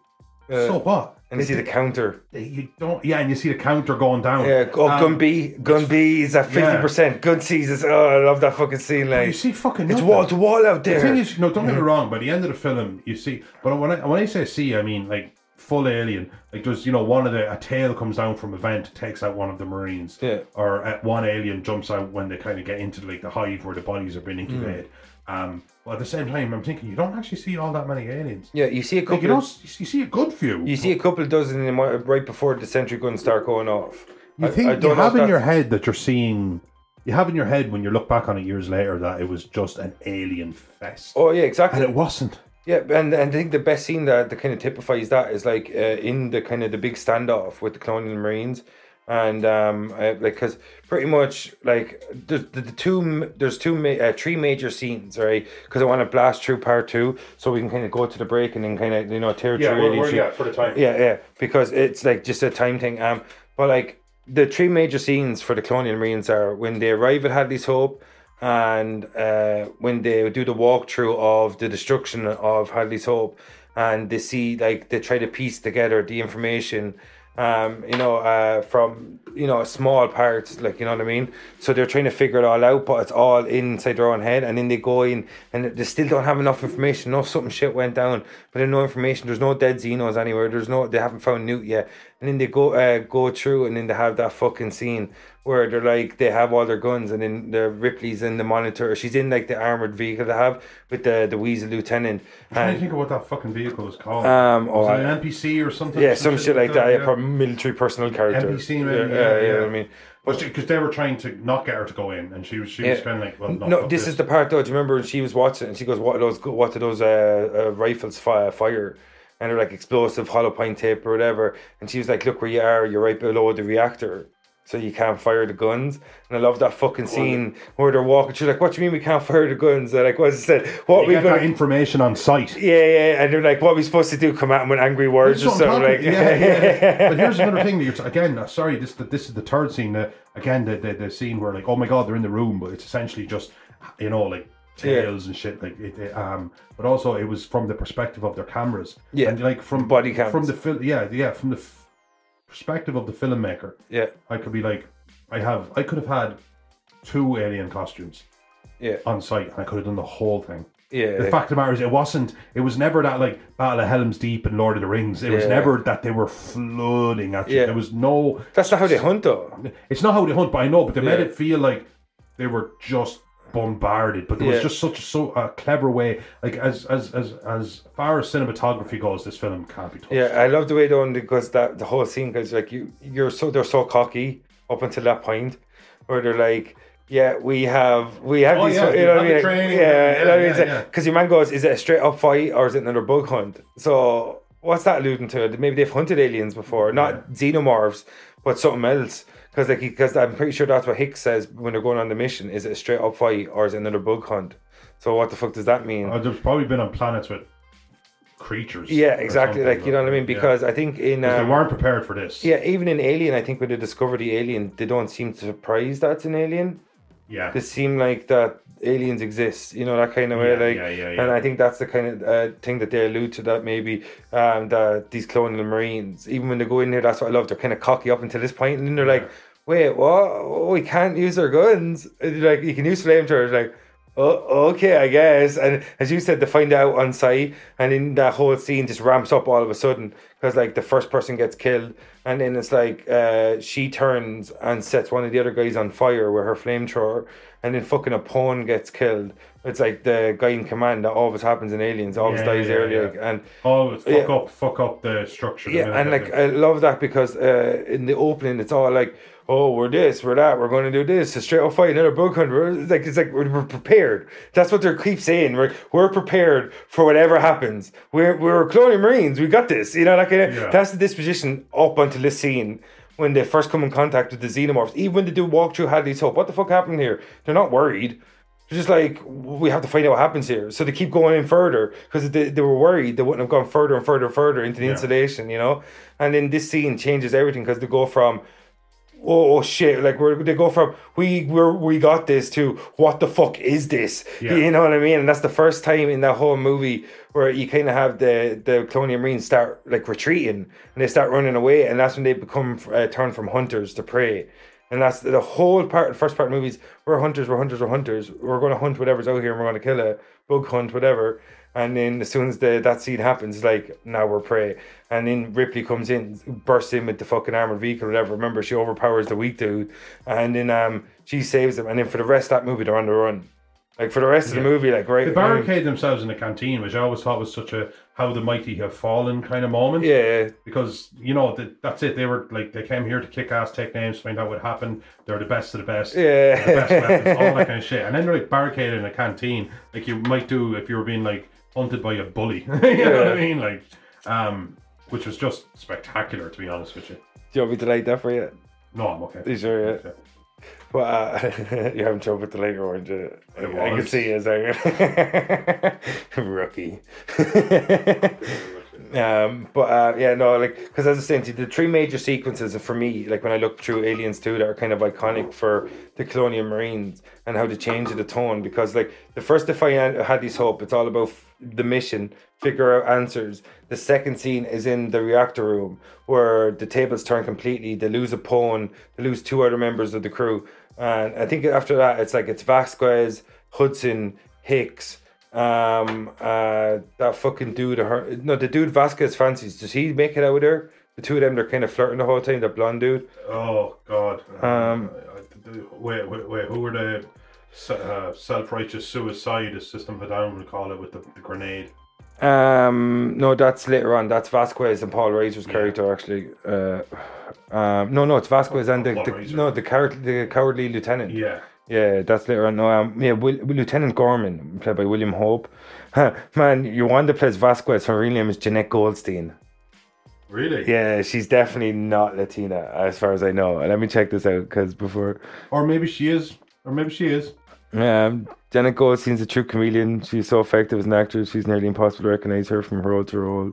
F: so what?
E: And you see the counter.
F: you don't yeah, and you see the counter going down.
E: Yeah, oh,
F: Um,
E: gun B, gun B is at fifty percent. Gun C is oh, I love that fucking scene. Like
F: You see fucking
E: it's
F: nothing.
E: wall to wall out there. Mm-hmm.
F: The thing is, no, don't get me wrong. By the end of the film, you see. But when I when I say see, I mean like full alien. Like there's you know one of the a tail comes down from a vent, takes out one of the marines.
E: Yeah.
F: Or uh, one alien jumps out when they kind of get into like the hive where the bodies are
E: Mm.
F: being incubated. Um, but at the same time, I'm thinking you don't actually see all that many aliens.
E: yeah, you see a couple.
F: Like you don't s- you see a good few.
E: You see a couple dozen in my, right before the sentry guns start going off.
F: You think you
E: know if
F: have in your
E: that's-
F: head that you're seeing. You have in your head when you look back on it years later that it was just an alien fest,
E: Oh yeah, exactly.
F: and it wasn't.
E: yeah, and, and I think the best scene that, that kind of typifies that is like uh, in the kind of the big standoff with the colonial marines, and um, I, like because pretty much like there's the, the two m- there's two ma- uh, three major scenes, right? Because I want to blast through part two, so we can kind of go to the break and then kind of you know tear
F: Yeah,
E: through
F: we're-
E: it
F: we're-
E: each-
F: yeah, for the time.
E: Yeah, yeah, because it's like just a time thing. Um, but like the three major scenes for the Colonial Marines are when they arrive at Hadley's Hope, and uh, when they do the walkthrough of the destruction of Hadley's Hope, and they see like they try to piece together the information. Um, you know, uh, from you know small parts, like you know what I mean. So they're trying to figure it all out, but it's all inside their own head. And then they go in, and they still don't have enough information. No, something shit went down, but there's no information. There's no dead Xenos anywhere. There's no, they haven't found Newt yet. And then they go, uh, go through, and then they have that fucking scene where they're like, they have all their guns, and then the Ripley's in the monitor. She's in like the armored vehicle they have with the the Weasel Lieutenant.
F: I
E: And
F: think of what that fucking vehicle was called.
E: Um,
F: was
E: oh,
F: it
E: I-
F: an NPC or something?
E: yeah, some shit like that. Yeah,
F: yeah.
E: probably military personnel character.
F: NPC,
E: yeah,
F: maybe.
E: yeah, yeah, I mean.
F: because they were trying to not get her to go in, and she was she was
E: Yeah.
F: kind of like, well, no,
E: no,
F: fuck
E: this is the part though. Do you remember when she was watching and she goes, "What are those? What do those uh, uh, rifles fire? Fire?" And they're like explosive hollow point tape or whatever. And she was like, "Look where you are. You're right below the reactor." So you can't fire the guns, and I love that fucking scene where they're walking. She's like, "What do you mean we can't fire the guns?" They're like, "What is it? What
F: You
E: we
F: get
E: gonna?"
F: that information on site.
E: yeah, yeah, and they're like, "What are we supposed to do? Come at them with angry words or
F: That's what I'm
E: something?" Like,
F: talking- yeah, yeah. But here's another thing that you're t- again. uh, Sorry, this the, this is the third scene. Uh, again, the, the the scene where like, oh my god, they're in the room, but it's essentially just you know like
E: Yeah.
F: tails and shit. Like it, it, um, but also it was from the perspective of their cameras.
E: Yeah.
F: and like from
E: Body cams.
F: from the fil- yeah yeah from the f- perspective of the filmmaker.
E: yeah,
F: I could be like, I have I could have had two alien costumes
E: yeah,
F: on site, and I could have done the whole thing.
E: yeah.
F: The fact of the matter is, it wasn't. It was never that like Battle of Helm's Deep and Lord of the Rings. It was
E: Yeah.
F: never that they were flooding at you.
E: Yeah.
F: There was no.
E: That's not how they hunt, though.
F: It's not how they hunt, but I know. But they made
E: Yeah.
F: it feel like they were just bombarded. But there
E: Yeah.
F: was just such a so a clever way. Like as as as as far as cinematography goes, this film can't be touched.
E: Yeah, I love the way they only because that the whole scene because like you you're so they're so cocky up until that point where they're like, yeah, we have we have
F: Oh,
E: these,
F: yeah,
E: you know what I mean?
F: they have the
E: Like,
F: training,
E: yeah, you know what I
F: yeah,
E: mean? It's
F: yeah,
E: like-
F: yeah.
E: because your man goes, is it a straight up fight or is it another bug hunt? So what's that alluding to? Maybe they've hunted aliens
F: Mm-hmm.
E: before, not xenomorphs, but something else. Because like because I'm pretty sure that's what Hicks says when they're going on the mission: is it a straight up fight or is it another bug hunt? So what the fuck does that mean?
F: Uh, there's probably been on planets with creatures.
E: yeah,
F: or
E: exactly.
F: something,
E: Like you know what I mean?
F: yeah.
E: Because I think in
F: 'Cause
E: um,
F: they weren't prepared for this.
E: Yeah, even in Alien, I think when they discover the alien, they don't seem surprised that it's an alien.
F: yeah.
E: They seem like that aliens exist, you know, that kind of way.
F: Yeah,
E: like,
F: yeah, yeah, yeah.
E: and I think that's the kind of uh, thing that they allude to that maybe um, that these colonial marines, even when they go in here, that's what I love. They're kind of cocky up until this point, and then they're like, "Wait, what? Oh, we can't use our guns. And they're like, you can use flamethrowers." Like, oh, okay, I guess. And as you said, they find out on site, and then that whole scene just ramps up all of a sudden because like the first person gets killed, and then it's like uh, she turns and sets one of the other guys on fire with her flamethrower, and then fucking a pawn gets killed. It's like the guy in command that always happens in Aliens, always
F: Yeah,
E: dies
F: yeah,
E: early,
F: yeah.
E: like, and
F: Oh, fuck
E: Yeah.
F: up, fuck up the structure. the
E: yeah,
F: minute
E: and
F: they
E: like
F: do.
E: I love that because uh, in the opening it's all like, oh, we're this, we're that, we're going to do this, a straight up fight, another bug hunt. We're- It's like it's like we're, we're prepared. That's what they keep saying. We're we're prepared for whatever happens. We're we're colonial marines. We got this. You know, like uh,
F: Yeah.
E: that's the disposition up until this scene. When they first come in contact with the xenomorphs, even when they do walk through Hadley's Hope, what the fuck happened here? They're not worried. They're just like, we have to find out what happens here. So they keep going in further because they, they were worried they wouldn't have gone further and further and further into the
F: Yeah.
E: insulation, you know? And then this scene changes everything because they go from, oh, oh shit, like we're, they go from, we we're, we got this to, what the fuck is this?
F: Yeah.
E: You know what I mean? And that's the first time in that whole movie where you kind of have the, the Colonial Marines start like retreating and they start running away. And that's when they become, uh, turn from hunters to prey. And that's the whole part, first part of movies. We're hunters, we're hunters, we're hunters. We're going to hunt whatever's out here and we're going to kill it. Bug hunt, whatever. And then as soon as the, that scene happens, it's like, now we're prey. And then Ripley comes in, bursts in with the fucking armored vehicle, whatever. Remember, she overpowers the weak dude. And then um, she saves them. And then for the rest of that movie, they're on the run. Like for the rest of the movie, like, right.
F: They
E: um,
F: barricade themselves in the canteen, which I always thought was such a how the mighty have fallen kind of moment.
E: yeah,
F: Because, you know, th that's it. They were like, they came here to kick ass, take names, find out what happened. They're the best of the best.
E: Yeah.
F: The best weapons, all that kind of shit. And then they're like barricaded in a canteen, like you might do if you were being like hunted by a bully. you know what I mean? Like, um, which was just spectacular, to be honest with you.
E: do you want me to light that for you?
F: No, I'm okay.
E: These are it. Well, uh, you're having trouble with the later one. you- I,
F: It
E: I can
F: was.
E: see it. It's like, rookie. um, but uh, yeah, no, like because as I was saying, to you, the three major sequences for me, like when I look through Aliens two, that are kind of iconic for the Colonial Marines and how they change the tone. Because like the first Defiant had this hope. It's all about f- the mission, figure out answers. The second scene is in the reactor room where the tables turn completely. They lose a pawn. They lose two other members of the crew. And I think after that, it's like it's Vasquez, Hudson, Hicks, um, uh, that fucking dude. Her, no, the dude Vasquez fancies. Does he make it out there? The two of them, they're kind of flirting the whole time. The blonde dude.
F: Oh God.
E: Um,
F: I- I- wait, wait, wait. Who were the se- uh, self-righteous suicide? A system of a down would call it with the, the grenade.
E: Um, no, that's later on. That's Vasquez and Paul Reiser's character actually. Uh, um, no, no, it's Vasquez and the,
F: Paul
E: the
F: Reiser.
E: no the coward, the cowardly lieutenant.
F: Yeah.
E: Yeah, that's later on. No, um, yeah, Will, Lieutenant Gorman, played by William Hope. Huh, man, Yolanda plays Vasquez. Her real name is Jeanette Goldstein.
F: Really?
E: Yeah, she's definitely not Latina, as far as I know. Let me check this out because before,
F: Or maybe she is. Or maybe she is.
E: um, Janet Goldstein's a true chameleon. She's so effective as an actress, she's nearly impossible to recognize her from role to role.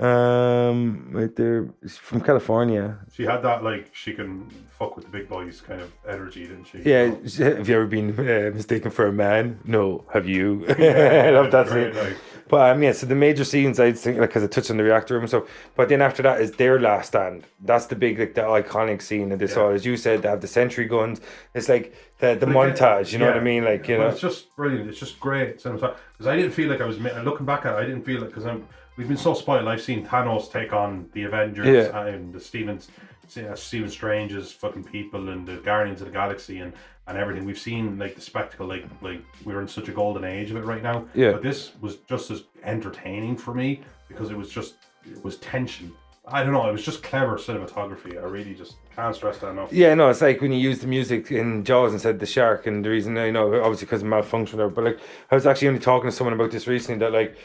E: Um, right there, she's from California.
F: She had that like she can fuck with the big boys kind of energy, didn't she?
E: Yeah, she- have you ever been uh, mistaken for a man? No, have you? I love that
F: Right,
E: scene.
F: like-
E: But um, yeah, so the major scenes I think like because I touched on the reactor room. So, but then after that is their last stand. That's the big like the iconic scene that they saw, as you said, they have the sentry guns. It's like the the
F: But again,
E: montage. You know what I
F: yeah.
E: mean? Like you
F: Well,
E: know,
F: it's just brilliant. It's just great because I didn't feel like I was ma- looking back at. it, I didn't feel like because I'm we've been so spoiled. I've seen Thanos take on the Avengers
E: Yeah.
F: and the Stevens, Stephen Strange's fucking people and the Guardians of the Galaxy and and everything. We've seen like the spectacle. Like like we're in such a golden age of it right now.
E: Yeah.
F: But this was just as entertaining for me because it was just it was tension. I don't know. It was just clever cinematography. I really just can't stress that enough.
E: Yeah, no, it's like when you use the music in Jaws and said the shark, and the reason I know obviously because of malfunction there. But like, I was actually only talking to someone about this recently that like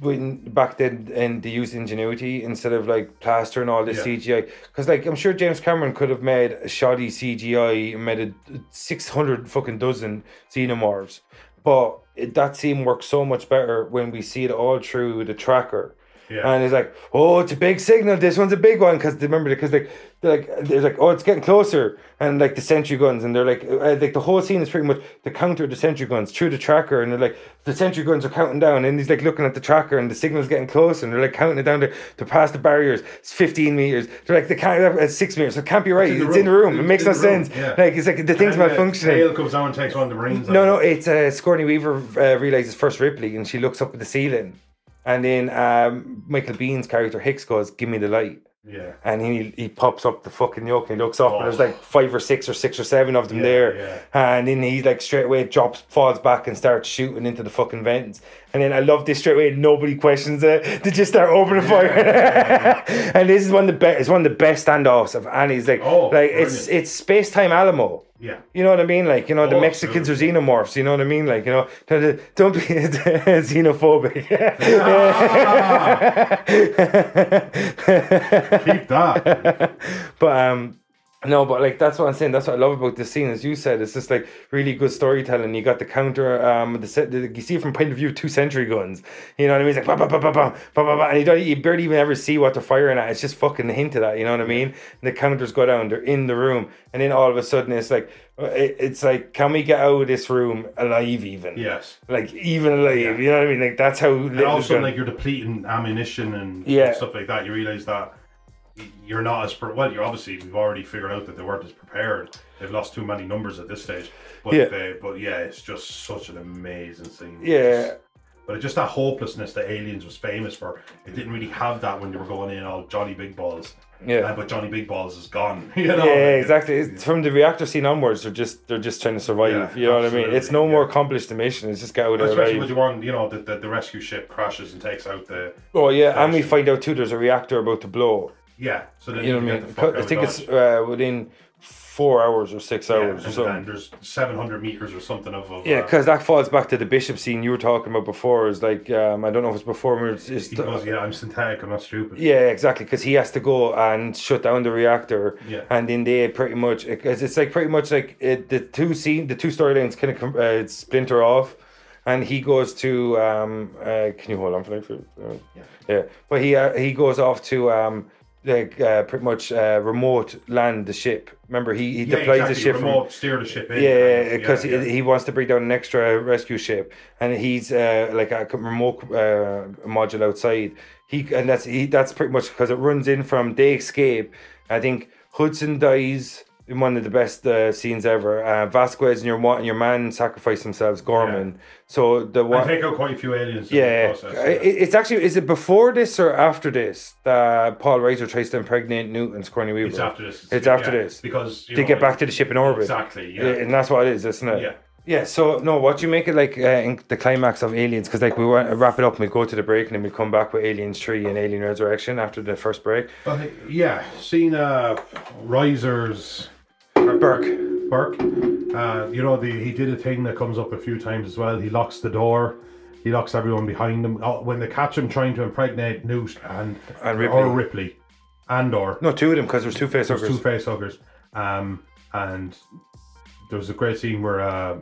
E: when back then and they used ingenuity instead of like plaster and all this
F: Yeah.
E: CGI because like I'm sure James Cameron could have made a shoddy CGI and made a six hundred fucking dozen xenomorphs, but it, that scene works so much better when we see it all through the tracker.
F: Yeah.
E: And it's like, oh, it's a big signal. This one's a big one because remember, because like, they're like, they're like, oh, it's getting closer, and like the sentry guns, and they're like, uh, like the whole scene is pretty much the counter of the sentry guns through the tracker, and they're like, the sentry guns are counting down, and he's like looking at the tracker, and the signal's getting closer, and they're like counting it down to, to pass the barriers. It's fifteen meters. They're like, they can't, it's six meters. So it can't be right. It's in the room. It
F: It's
E: makes
F: in
E: no
F: the room,
E: sense.
F: yeah.
E: Like it's like the thing's
F: And, uh,
E: malfunctioning.
F: Tail comes down and takes one of the Marines.
E: No,
F: out.
E: no, it's uh, Scorny Weaver uh, realizes first Ripley, and she looks up at the ceiling, and then um, Michael Bean's character Hicks goes, "Give me the light,"
F: Yeah.
E: and he he pops up the fucking yoke and he looks up,
F: Oh.
E: and there's like five or six or six or seven of them
F: Yeah,
E: there,
F: yeah.
E: and then he like straight away drops, falls back, and starts shooting into the fucking vents, and then I love this straight away. Nobody questions it; they just start opening fire, and this is one of the best. It's one of the best standoffs of Annie's. Like,
F: Oh,
E: like it's
F: brilliant.
E: it's space time Alamo.
F: Yeah.
E: You know what I mean? Like, you know, the
F: Oh,
E: Mexicans are
F: sure.
E: xenomorphs. You know what I mean? Like, you know, don't- don't be xenophobic.
F: Keep that.
E: but, um, no, but like that's what I'm saying. That's what I love about this scene, as you said. It's just like really good storytelling. You got the counter, um, the, se- the you see it from point of view of two century guns. You know what I mean? It's like bah, bah, bah, bah, bah, bah, bah, bah, and you don't, you barely even ever see what they're firing at. It's just fucking hinted at. You know what I mean? And the counters go down. They're in the room, and then all of a sudden it's like, uh, it, it's like, can we get out of this room alive? Even
F: Yes.
E: like even alive. You know what I mean? Like that's how.
F: And
E: little
F: all of a sudden,
E: gun-
F: like you're depleting ammunition and
E: Yeah.
F: and stuff like that. You realize that y- you're not as pre- well. You're obviously we've already figured out that they weren't as prepared. They've lost too many numbers at this stage. But
E: Yeah.
F: They, but yeah, it's just such an amazing scene.
E: Yeah.
F: But it's just that hopelessness that Aliens was famous for. It didn't really have that when they were going in all Johnny Big Balls.
E: Yeah.
F: Uh, but Johnny Big Balls is gone. You know.
E: yeah,
F: Like,
E: exactly. It's from the reactor scene onwards, they're just they're just trying to survive.
F: Yeah,
E: you know what I mean?
F: absolutely,
E: It's no more
F: yeah.
E: accomplished the mission. It's just get out of
F: Especially when
E: alive.
F: you want, you know, the, the, the rescue ship crashes and takes out the
E: Oh yeah, and we
F: Actually.
E: find out too. There's a reactor about to blow.
F: yeah. So then
E: You know what I
F: can
E: mean?
F: get the fuck
E: I
F: out
E: think
F: of
E: it's
F: Dodge.
E: uh, within four hours or six hours or
F: and,
E: something.
F: and there's 700 meters or something of, of
E: Yeah,
F: uh,
E: because that falls back to the bishop scene you were talking about before. Is like um, I don't know if it's before or it's, it's
F: he goes, yeah, I'm synthetic, I'm not stupid.
E: yeah, exactly. Because he has to go and shut down the reactor.
F: Yeah.
E: And then they pretty much because it's like pretty much like it, the two scene, the two storylines kind of uh, splinter off, and he goes to um. Uh, can you hold on for like for? Uh, yeah. Yeah, but he uh, he goes off to um like uh, pretty much uh, remote land the ship. Remember he he
F: Yeah,
E: deploys
F: exactly.
E: the ship from-
F: remote steer the ship in.
E: yeah, because
F: yeah.
E: he, he wants to bring down an extra rescue ship, and he's uh, like a c- remote uh, module outside. He and that's he, that's pretty much because it runs in from they escape. I think Hudson dies in one of the best uh, scenes ever. Uh, Vasquez and your wa- and your man sacrifice themselves, Gorman. So the
F: I
E: one,
F: take out quite a few aliens. in
E: yeah,
F: the process,
E: I- it- it's actually is it before this or after this that Paul Reiser tries to impregnate Newton's Corny Weaver?
F: It's after this.
E: It's after
F: yeah,
E: this.
F: because you
E: They
F: know,
E: get back to the ship in orbit.
F: Exactly. Yeah.
E: And that's what it is, isn't it?
F: Yeah.
E: Yeah, so no, what do you make it like uh, in the climax of Aliens? Because like we want to wrap it up and we go to the break and then we come back with Aliens 3 and Alien Resurrection after the first break.
F: Well, hey, yeah, seen uh, Risers
E: Or Burke.
F: Burke. Uh, you know, the, he did a thing that comes up a few times as well. He locks the door. He locks everyone behind him. Oh, when they catch him trying to impregnate Newt and,
E: And Ripley.
F: or Ripley, and or
E: No, two of them because there's two face
F: there's two
E: huggers.
F: face huggers. Um, and there was a great scene where uh,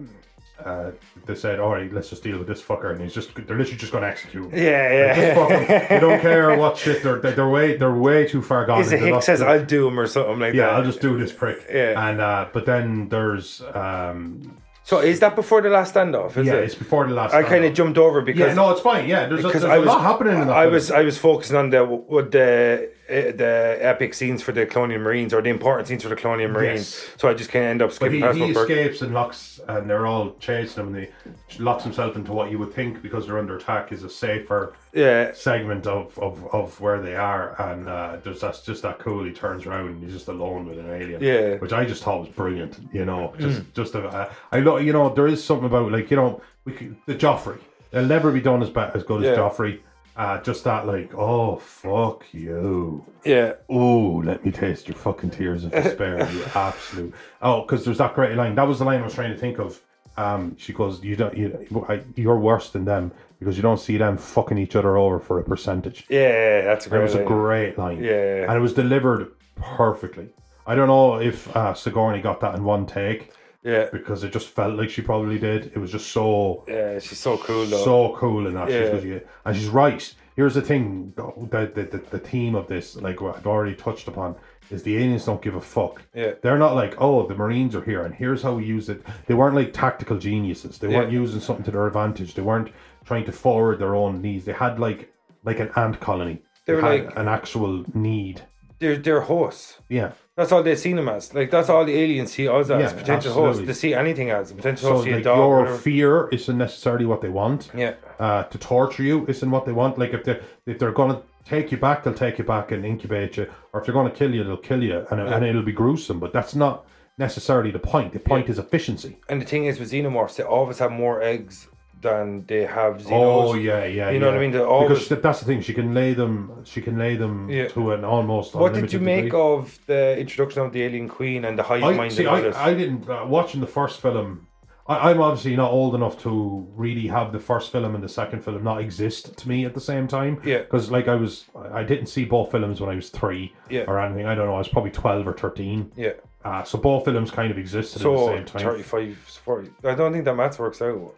F: uh, they said, "All right, let's just deal with this fucker," and he's just—they're literally just going to execute him.
E: Yeah,
F: Just
E: yeah.
F: fuck 'em. they don't care what shit they're they're, they're way they're way too far gone.
E: Is it
F: They're not-
E: Hicks says I'll do him or something like
F: yeah,
E: that?
F: I'll just do this prick.
E: Yeah.
F: And uh, but then there's um
E: So is that before the last standoff? Is
F: yeah,
E: it?
F: it's before the last.
E: I
F: round.
E: kind of jumped over because
F: yeah, no, it's fine. Yeah, there's, a,
E: because
F: there's
E: I
F: a
E: was
F: lot happening in that.
E: I
F: film.
E: was I was focusing on the what the uh, the epic scenes for the Colonial Marines or the important scenes for the Colonial Marines.
F: Yes.
E: So I just kind of end up
F: But
E: skipping
F: he,
E: past
F: he
E: what Burke.
F: escapes and locks, and they're all chasing him. And he locks himself into what you would think because they're under attack is a safer
E: Yeah,
F: segment of, of, of where they are. And uh, there's that's just that cool. He turns around and he's just alone with an alien.
E: Yeah. Mm.
F: which I just thought was brilliant. You know, just just a, uh, I lo- you know there is something about like you know we could, the Joffrey. They'll never be done as bad as good
E: Yeah.
F: as Joffrey. Uh, just that like oh fuck you.
E: yeah.
F: Oh, let me taste your fucking tears of despair, you absolute. Oh, because there's that great line. That was the line I was trying to think of. Um, she goes, "You don't, you, I, you're worse than them because you don't see them fucking each other over for a percentage."
E: Yeah, that's a great.
F: It was a
E: line.
F: great line.
E: Yeah.
F: and it was delivered perfectly. I don't know if uh, Sigourney got that in one take
E: Yeah,
F: because it just felt like she probably did. It was just so
E: yeah, she's so cool though.
F: so cool in that. She's
E: Yeah.
F: with you. and she's right. Here's the thing: though, the the, the the theme of this, like what I've already touched upon, is the aliens don't give a fuck.
E: Yeah.
F: They're not like, oh, the Marines are here, and here's how we use it. They weren't like tactical geniuses. They weren't
E: Yeah.
F: using something to their advantage. They weren't trying to forward their own needs. They had like like an ant colony.
E: They were
F: had
E: like-
F: an actual need.
E: they're they're hosts.
F: Yeah.
E: That's all they seen them as. Like that's all the aliens see us as
F: Yeah,
E: potential hosts.
F: absolutely.
E: They see anything as a potential
F: So
E: host. See a
F: like
E: dog.
F: your
E: whatever.
F: fear isn't necessarily what they want.
E: yeah,
F: uh, to torture you isn't what they want. Like if they if they're gonna take you back, they'll take you back and incubate you, or if they're gonna kill you, they'll kill you, and, and it'll be gruesome. But that's not necessarily the point. The point is efficiency.
E: and the thing is with xenomorphs, they always have more eggs than they have xenos.
F: Oh yeah, yeah.
E: You know what I
F: yeah.
E: mean? They're always-
F: because th- that's the thing. She can lay them. She can lay them
E: Yeah.
F: to an almost.
E: What did you
F: unlimited
E: make
F: degree.
E: of the introduction of the alien queen and the hive
F: I,
E: mind?
F: see,
E: and all this?
F: I, I didn't uh, watching the first film. I, I'm obviously not old enough to really have the first film and the second film not exist to me at the same time.
E: Yeah.
F: because like I was, I didn't see both films when I was three.
E: Yeah.
F: or anything. I don't know. I was probably twelve or thirteen.
E: yeah.
F: Uh, so both films kind of existed
E: So
F: at the same time.
E: 35, 40. I don't think that maths works out.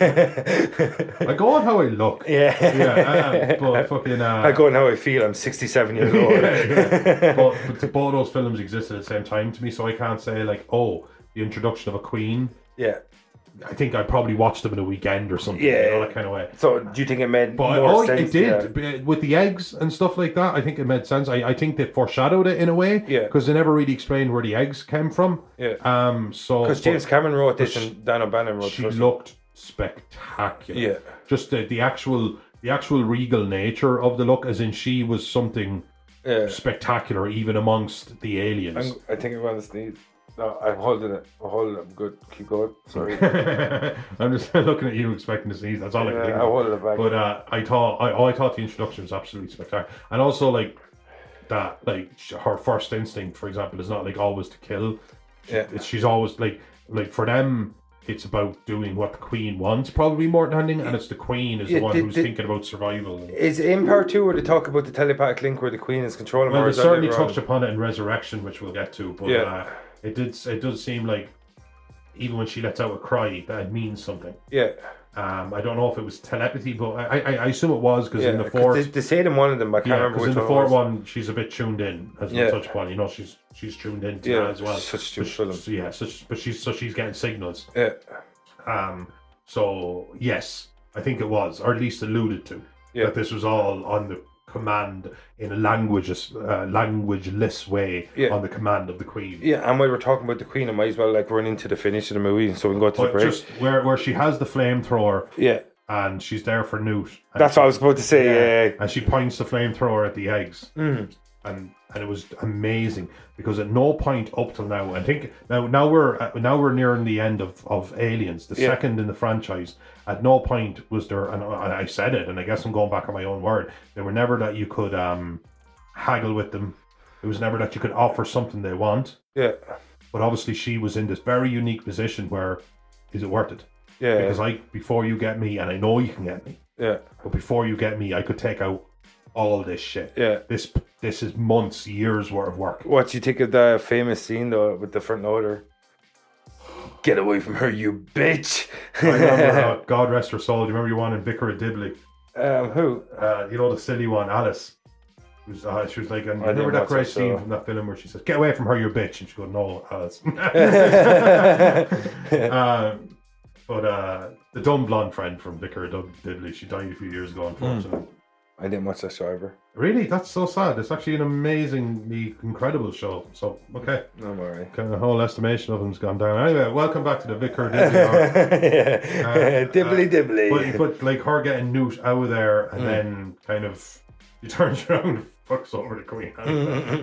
F: I go on how I look.
E: Yeah.
F: yeah. Um, but fucking. Uh,
E: I go on how I feel. I'm 67 years old.
F: but, but both those films existed at the same time to me, so I can't say like, oh, the introduction of a queen
E: yeah.
F: I think I probably watched them in a weekend or something.
E: Yeah.
F: you know, that kind of way.
E: So do you think it made
F: But
E: more
F: oh,
E: sense?
F: it did
E: Yeah.
F: b- with the eggs and stuff like that. I think it made sense. I, I think they foreshadowed it in a way.
E: Yeah.
F: because they never really explained where the eggs came from.
E: Yeah.
F: Um. So
E: Because
F: but
E: James Cameron wrote this
F: but she-
E: and Dan O'Bannon wrote
F: she
E: this.
F: looked spectacular.
E: Yeah.
F: Just the, the actual the actual regal nature of the look, as in she was something
E: yeah.
F: spectacular, even amongst the aliens.
E: I'm, I think I'm going to sneeze. No, I'm holding it. I'm holding it. I'm good. Keep going. Sorry.
F: I'm just looking at you, expecting to sneeze. That's all I can
E: Yeah,
F: think.
E: I
F: of.
E: hold it back.
F: But uh, I thought, I, oh, I thought the introduction was absolutely spectacular, and also like that like sh- her first instinct, for example, is not like always to kill. She-
E: Yeah.
F: she's always like like for them. It's about doing what the queen wants, probably more than anything, and it's the queen is
E: Yeah,
F: the one
E: the-
F: who's
E: the-
F: thinking about survival. and-
E: Is it in part two where they talk about the telepathic link where the queen is controlling
F: Well,
E: her?
F: they
E: Is that
F: certainly
E: later on?
F: touched upon it in Resurrection, which we'll get to. But
E: Yeah.
F: uh, it did. It does seem like even when she lets out a cry, that it means something.
E: Yeah,
F: Um, I don't know if it was telepathy, but I, I, I assume it was because
E: yeah.
F: in the
E: 'Cause
F: fourth,
E: they, they say it in one of them. I can't
F: yeah,
E: remember which
F: because in the
E: one it
F: fourth
E: was.
F: one, she's a bit tuned in, as we
E: Yeah.
F: touched upon. You know, she's she's tuned in to
E: Yeah,
F: that as well.
E: such a stupid
F: But she-
E: film.
F: so yeah, such, but she's so she's getting signals.
E: Yeah,
F: Um, so yes, I think it was, or at least alluded to,
E: Yeah.
F: that this was all on the command in a languageless, uh, languageless way
E: Yeah.
F: on the command of the queen.
E: yeah. And while we're talking about the queen, I might as well like run into the finish of the movie, so we can go to the
F: But
E: break.
F: just where where she has the flamethrower
E: yeah,
F: and she's there for Newt. and
E: that's
F: she-
E: what I was about to say. Yeah, Mm.
F: And she points the flamethrower at the eggs. And and it was amazing because at no point up till now, I think now now we're uh, now we're nearing the end of, of Aliens, the
E: Yeah.
F: second in the franchise. At no point was there, and I and I said it, and I guess I'm going back on my own word. There were never that you could um, haggle with them. It was never that you could offer something they want.
E: yeah,
F: But obviously, she was in this very unique position where, is it worth it?
E: yeah,
F: Because I before you get me, and I know you can get me.
E: yeah,
F: But before you get me, I could take out all this shit.
E: yeah.
F: This this is months, years worth of work.
E: What do you think of the famous scene though with the front loader? Get away from her, you bitch!
F: I remember, uh, God rest her soul. Do you remember your one in Vicar of Dibley?
E: um, who?
F: Uh, you know the silly one, Alice. It Was, uh, she was like, and
E: I didn't
F: remember that
E: watch
F: great
E: that
F: scene
E: show.
F: from that film where she says, "Get away from her, you bitch," and she goes, "No, Alice." um, but uh, the dumb blonde friend from Vicar of Dub- Dibley, she died a few years ago, unfortunately.
E: I didn't watch that show ever.
F: Really, that's so sad. It's actually an amazingly incredible show. So okay.
E: No, I'm alright.
F: Kind of whole estimation of them's gone down. Anyway, welcome back to the Vicar Dibley Hour.
E: yeah. dibbly
F: uh,
E: dibbly.
F: but, but like her getting Newt out of there
E: Mm.
F: and then kind of she turns around and fucks over the Queen,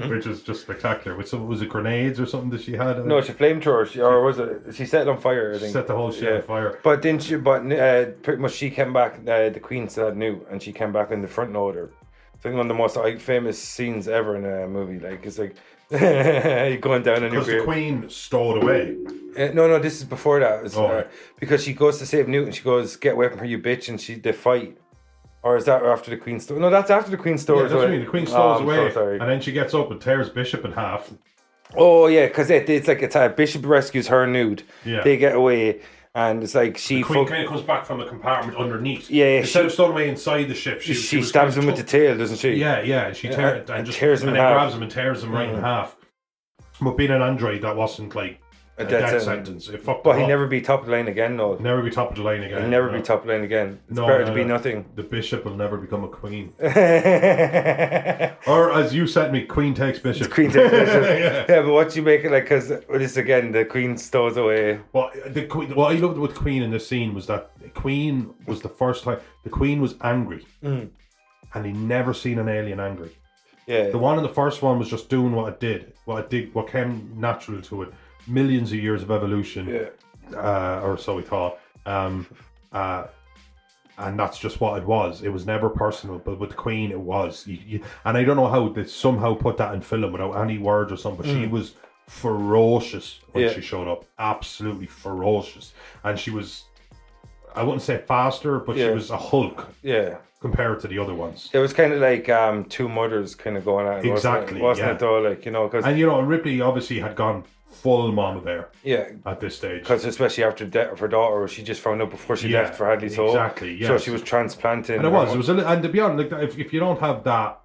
F: which is just spectacular. With some was it grenades or something that she had?
E: no, it's a flamethrower, she- or was it? She set it on fire. I
F: she
E: think.
F: set the whole shit on fire.
E: But didn't she? But uh, pretty much she came back. Uh, the Queen still had new, and she came back in the front loader. I think one of the most like, famous scenes ever in a movie. Like it's like you're going down in your
F: Because the
E: grave.
F: Queen stowed away.
E: Uh, no, no, this is before that. It's,
F: Oh.
E: uh, because she goes to save Newton. She goes, "Get away from her, you bitch!" And she they fight. Or is that after the Queen story? No, that's after the Queen story.
F: Yeah, that's what I mean. The Queen
E: Oh,
F: stows
E: I'm so
F: away,
E: sorry.
F: and then she gets up and tears Bishop in half.
E: Oh yeah, because it, it's like it's a bishop rescues her nude.
F: Yeah.
E: They get away, and it's like she
F: The Queen
E: fuck-
F: kind of comes back from the compartment underneath.
E: Yeah, yeah,
F: instead
E: she-
F: of stowed away inside the ship, she,
E: she,
F: she, was
E: stabs
F: kind
E: him
F: of
E: with the tail, doesn't she?
F: Yeah, yeah. and She tear,
E: and-
F: and,
E: and
F: just
E: tears him Mm.
F: and
E: in
F: then
E: half.
F: grabs him and tears him right in half. But being an android, that wasn't like
E: A
F: a
E: death
F: death,
E: sentence.
F: sentence. It fucked
E: But
F: him
E: he
F: up.
E: never be top of the line again, though.
F: never be top of the line again.
E: He'll never
F: No.
E: be top of the line again. It's
F: No,
E: better
F: no,
E: to be
F: no.
E: nothing.
F: The bishop will never become a queen. Or as you sent me, queen takes bishop.
E: Queen takes bishop. yeah. but what you make it like? Because this again, the Queen stows away.
F: Well, the queen. What I loved with Queen in this scene was that Queen was the first time the Queen was angry,
E: Mm.
F: and he never seen an alien angry.
E: Yeah,
F: The one in the first one was just doing what it did, what it did, what came natural to it. Millions of years of evolution, uh, or so we thought. Um, uh, and that's just what it was. It was never personal, but with the Queen, it was. You, you, and I don't know how they somehow put that in film without any words or something. But She was ferocious when
E: Mm. Yeah.
F: she showed up, absolutely ferocious, and she was. I wouldn't say faster, but
E: Yeah.
F: she was a Hulk
E: yeah.
F: compared to the other ones.
E: It was kind of like um, two mothers kind of going at it, wasn't
F: Exactly,
E: it, wasn't
F: yeah.
E: it though? Like you know, because
F: And you know, and Ripley obviously had gone full mama bear
E: yeah,
F: at this stage.
E: Because especially after the death of her daughter, she just found out before she
F: Yeah,
E: left for Hadley's Hall.
F: exactly,
E: So
F: yes.
E: she was transplanting.
F: And it was, it was, a, li- and to be honest, like, if, if you don't have that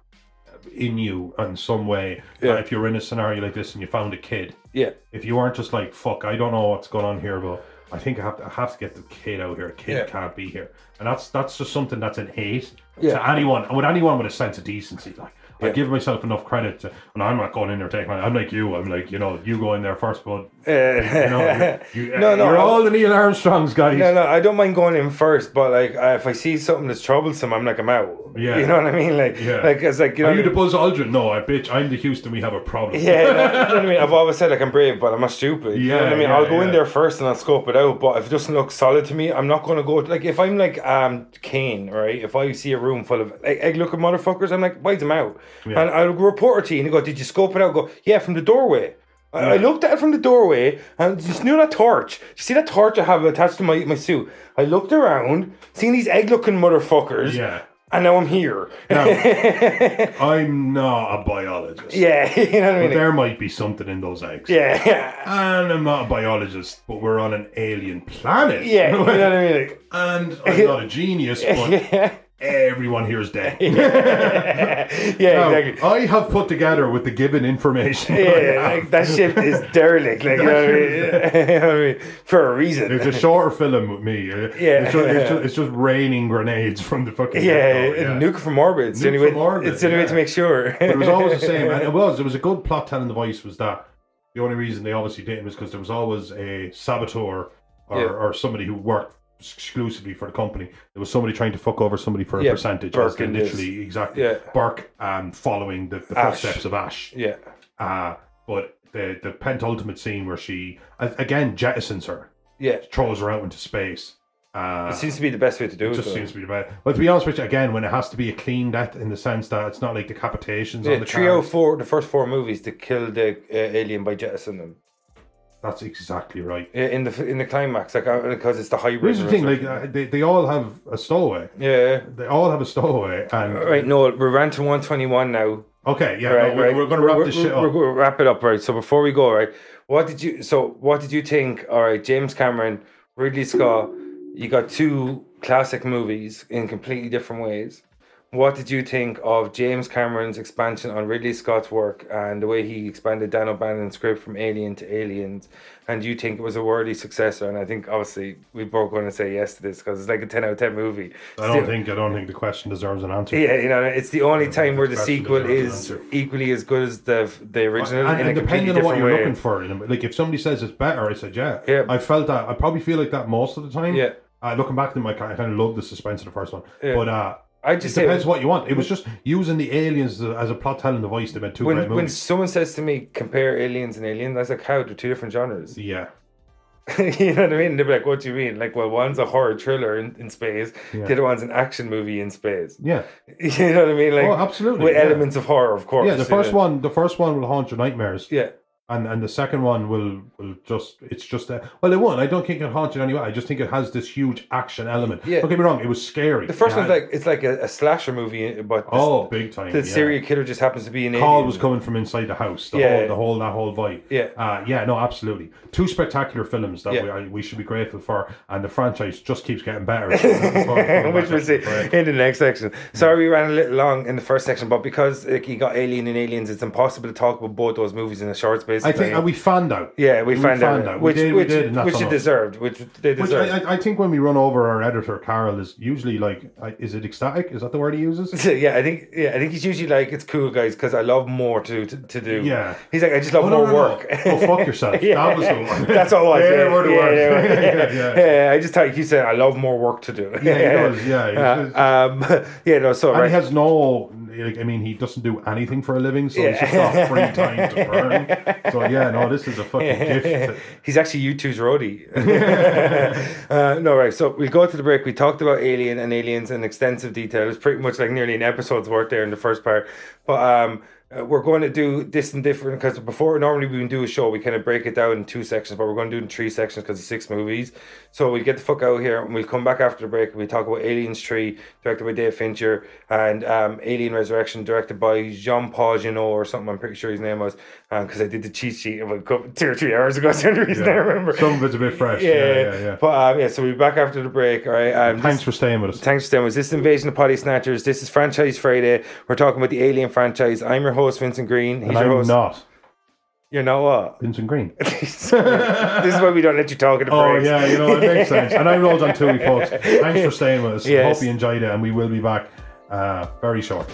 F: in you in some way,
E: Yeah.
F: uh, if you're in a scenario like this and you found a kid,
E: Yeah,
F: if you aren't just like, fuck, I don't know what's going on here, but I think I have to, I have to get the kid out here. A kid
E: Yeah.
F: can't be here, and that's that's just something that's innate to
E: Yeah.
F: anyone, and with anyone with a sense of decency, like. I
E: Yeah.
F: give myself enough credit, to, and I'm not going in there taking. I'm like you. I'm like you know, you go in there first, but you know, you, you,
E: No, no,
F: you're
E: I-
F: all the Neil Armstrongs, guys.
E: no, no, I don't mind going in first, but like uh, if I see something that's troublesome, I'm like I'm out.
F: Yeah.
E: You know what I mean? Like,
F: Yeah.
E: like it's like you know.
F: Are you
E: what I
F: the Buzz Aldrin? No, I bitch. I'm the Houston. We have a problem.
E: mean? yeah, like, you know what I mean. I've always said like I'm brave, but I'm not stupid. you know
F: Yeah,
E: what I mean.
F: yeah,
E: I'll go in
F: yeah.
E: there first and I'll scope it out. But if it doesn't look solid to me, I'm not gonna go. Like if I'm like um Kane, right? If I see a room full of like, egg looking motherfuckers, I'm like, why's them out?
F: Yeah.
E: And I'll report it to you and you go, did you scope it out? I go, yeah, from the doorway. I I
F: Yeah.
E: looked at it from the doorway and just knew that torch. You see that torch I have attached to my, my suit? I looked around, seen these egg looking motherfuckers,
F: Yeah.
E: and now I'm here.
F: Now, I'm not a biologist.
E: Yeah, you know what I
F: But
E: mean?
F: there might be something in those eggs.
E: Yeah, yeah,
F: And I'm not a biologist, but we're on an alien planet.
E: yeah. You know what I mean? Like,
F: and I'm not a genius, but
E: yeah,
F: everyone here is dead.
E: yeah,
F: Now,
E: exactly.
F: I have put together with the given information. I
E: Yeah,
F: have.
E: like that ship is derelict. Like, you know what I mean? You know what I mean? For a reason.
F: It's a shorter film with me. Yeah.
E: Yeah.
F: It's, just, it's, just, it's just raining grenades from the fucking.
E: yeah,
F: get-go,
E: nuke from orbit. It's the
F: Nuke
E: only way.
F: from orbit,
E: it's the only way
F: yeah.
E: to make sure.
F: But it was always the same, and it was. It was a good plot telling device. Was that the only reason they obviously didn't was because there was always a saboteur or,
E: Yeah.
F: or somebody who worked exclusively for the company. There was somebody trying to fuck over somebody for a
E: Yeah,
F: percentage.
E: Burke
F: as they
E: in this.
F: literally exactly
E: Yeah.
F: Burke um, following the, the
E: Ash.
F: footsteps of Ash.
E: yeah,
F: Uh, but the the penultimate scene where she a- again jettisons her,
E: yeah.
F: throws her out into space. Uh,
E: It seems to be the best way to do it.
F: just
E: though.
F: seems to be about. But to be honest with you, again, when it has to be a clean death in the sense that it's not like decapitations
E: yeah,
F: on the
E: three oh
F: cars.
E: four. The first four movies to kill the uh, alien by jettisoning them
F: That's exactly right.
E: Yeah, in the in the climax, like uh, because it's the hybrid.
F: Here's the thing: like
E: resurrection.
F: uh, they, they all have a stowaway.
E: yeah.
F: They all have a stowaway, and
E: Right, Noel, we're ranting 121 now.
F: okay, yeah, no,
E: Right,
F: we're,
E: right.
F: we're going to wrap
E: We're-
F: this shit
E: we're-
F: up.
E: We're, we wrap it up, right? So before we go, right, what did you? So what did you think? All right, James Cameron, Ridley Scott, you got two classic movies in completely different ways. What did you think of James Cameron's expansion on Ridley Scott's work and the way he expanded Dan O'Bannon's script from Alien to Aliens? And you think it was a worthy successor? And I think obviously we both going to say yes to this because it's like a ten out of ten movie.
F: I
E: Still-
F: don't think I don't think the question deserves an answer.
E: yeah, you know, it's the only time where the
F: that's actually
E: sequel
F: the right
E: is
F: answer.
E: equally as good as the the original.
F: And,
E: in
F: and
E: a completely
F: depending on what
E: different
F: you're
E: way.
F: looking for, in a- like if somebody says it's better, I said yeah.
E: Yeah.
F: I felt that. I probably feel like that most of the time.
E: Yeah.
F: Uh, looking back to my, I kind of love the suspense of the first one,
E: Yeah.
F: but uh,
E: I
F: it
E: just say
F: depends what you want. It was just using the aliens as a, as a plot telling device. They made two
E: when
F: great
E: when
F: movies.
E: someone says to me compare aliens and alien, I was like, how? They're two different genres.
F: yeah,
E: you know what I mean? They're like, what do you mean? Like, well, one's a horror thriller in, in space,
F: Yeah.
E: the other one's an action movie in space.
F: yeah,
E: you know what I mean? Like,
F: Oh, absolutely,
E: with
F: yeah.
E: elements of horror, of course.
F: yeah. The
E: you know?
F: first one, the first one will haunt your nightmares.
E: yeah,
F: and and the second one will will just it's just a, well it won't I don't think it haunts you anyway I just think it has this huge action element
E: Yeah.
F: don't get me wrong it was scary
E: the first
F: Yeah.
E: one's like it's like a, a slasher movie, but this,
F: oh big time
E: the
F: yeah.
E: serial killer just happens to be an
F: call
E: alien.
F: was coming from inside the house the
E: Yeah.
F: whole the whole that whole vibe
E: Yeah.
F: uh, yeah no absolutely two spectacular films that
E: Yeah.
F: we, I, we should be grateful for and the franchise just keeps getting better Going
E: which
F: back
E: we'll
F: up
E: see
F: the break.
E: in the next section. Sorry, we ran a little long in the first section, but because like, you got Alien and Aliens, it's impossible to talk about both those movies in a short space. of
F: I think
E: time.
F: and we fanned out
E: yeah, we, found out,
F: fanned out. We
E: which
F: did- we
E: which
F: did, and that's
E: which
F: on
E: it
F: us.
E: deserved, which they
F: Which
E: deserved.
F: I, I- I think when we run over our editor Carol is usually like I- is it ecstatic is that the word he uses
E: yeah, I think yeah, I think he's usually like it's cool, guys, because I love more to, to to do.
F: Yeah.
E: he's like I just love
F: Oh, no,
E: more
F: no, no.
E: work.
F: Oh, fuck yourself. That was the one.
E: That's all I was.
F: They
E: yeah,
F: were the
E: yeah,
F: worst.
E: they were-
F: Yeah,
E: yeah. I just thought he said I love more work to do.
F: Yeah, he does, yeah, he's just-
E: um, yeah, no, so
F: And
E: right.
F: he has no, like, I mean, he doesn't do anything for a living, so he's just got free time to burn. So yeah, no, this is a fucking gift.
E: He's actually U2's roadie. uh, no, right. So we go to the break. We talked about Alien and Aliens in extensive detail. It was pretty much like nearly an episode's worth there in the first part. But um, uh, we're going to do this and different because before, normally we would do a show, we kind of break it down in two sections, but we're going to do it in three sections because it's six movies. So we get the fuck out here and we'll come back after the break and we talk about Aliens 3, directed by Dave Fincher, and um, Alien Resurrection, directed by Jean Paul Genot or something. I'm pretty sure his name was because I did the cheat sheet about a couple- two or three hours ago. That's the only reason I remember.
F: Some of it's a bit fresh.
E: yeah,
F: Yeah, yeah, yeah.
E: But um, yeah, so we'll be back after the break. All right. Um,
F: Thanks
E: this-
F: for staying with us.
E: Thanks for staying with us. This is Invasion of Potty Snatchers. This is Franchise Friday. We're talking about the Alien franchise. I'm your host, Vincent Green. He's
F: and
E: your
F: I'm
E: host.
F: not
E: You're not what?
F: Vincent Green.
E: this is why we don't let you talk at the
F: Oh
E: breaks.
F: yeah, you know it makes sense. And I'm Roland Tui, folks. Thanks for staying with us.
E: Yes.
F: Hope you enjoyed it, and we will be back uh, very short.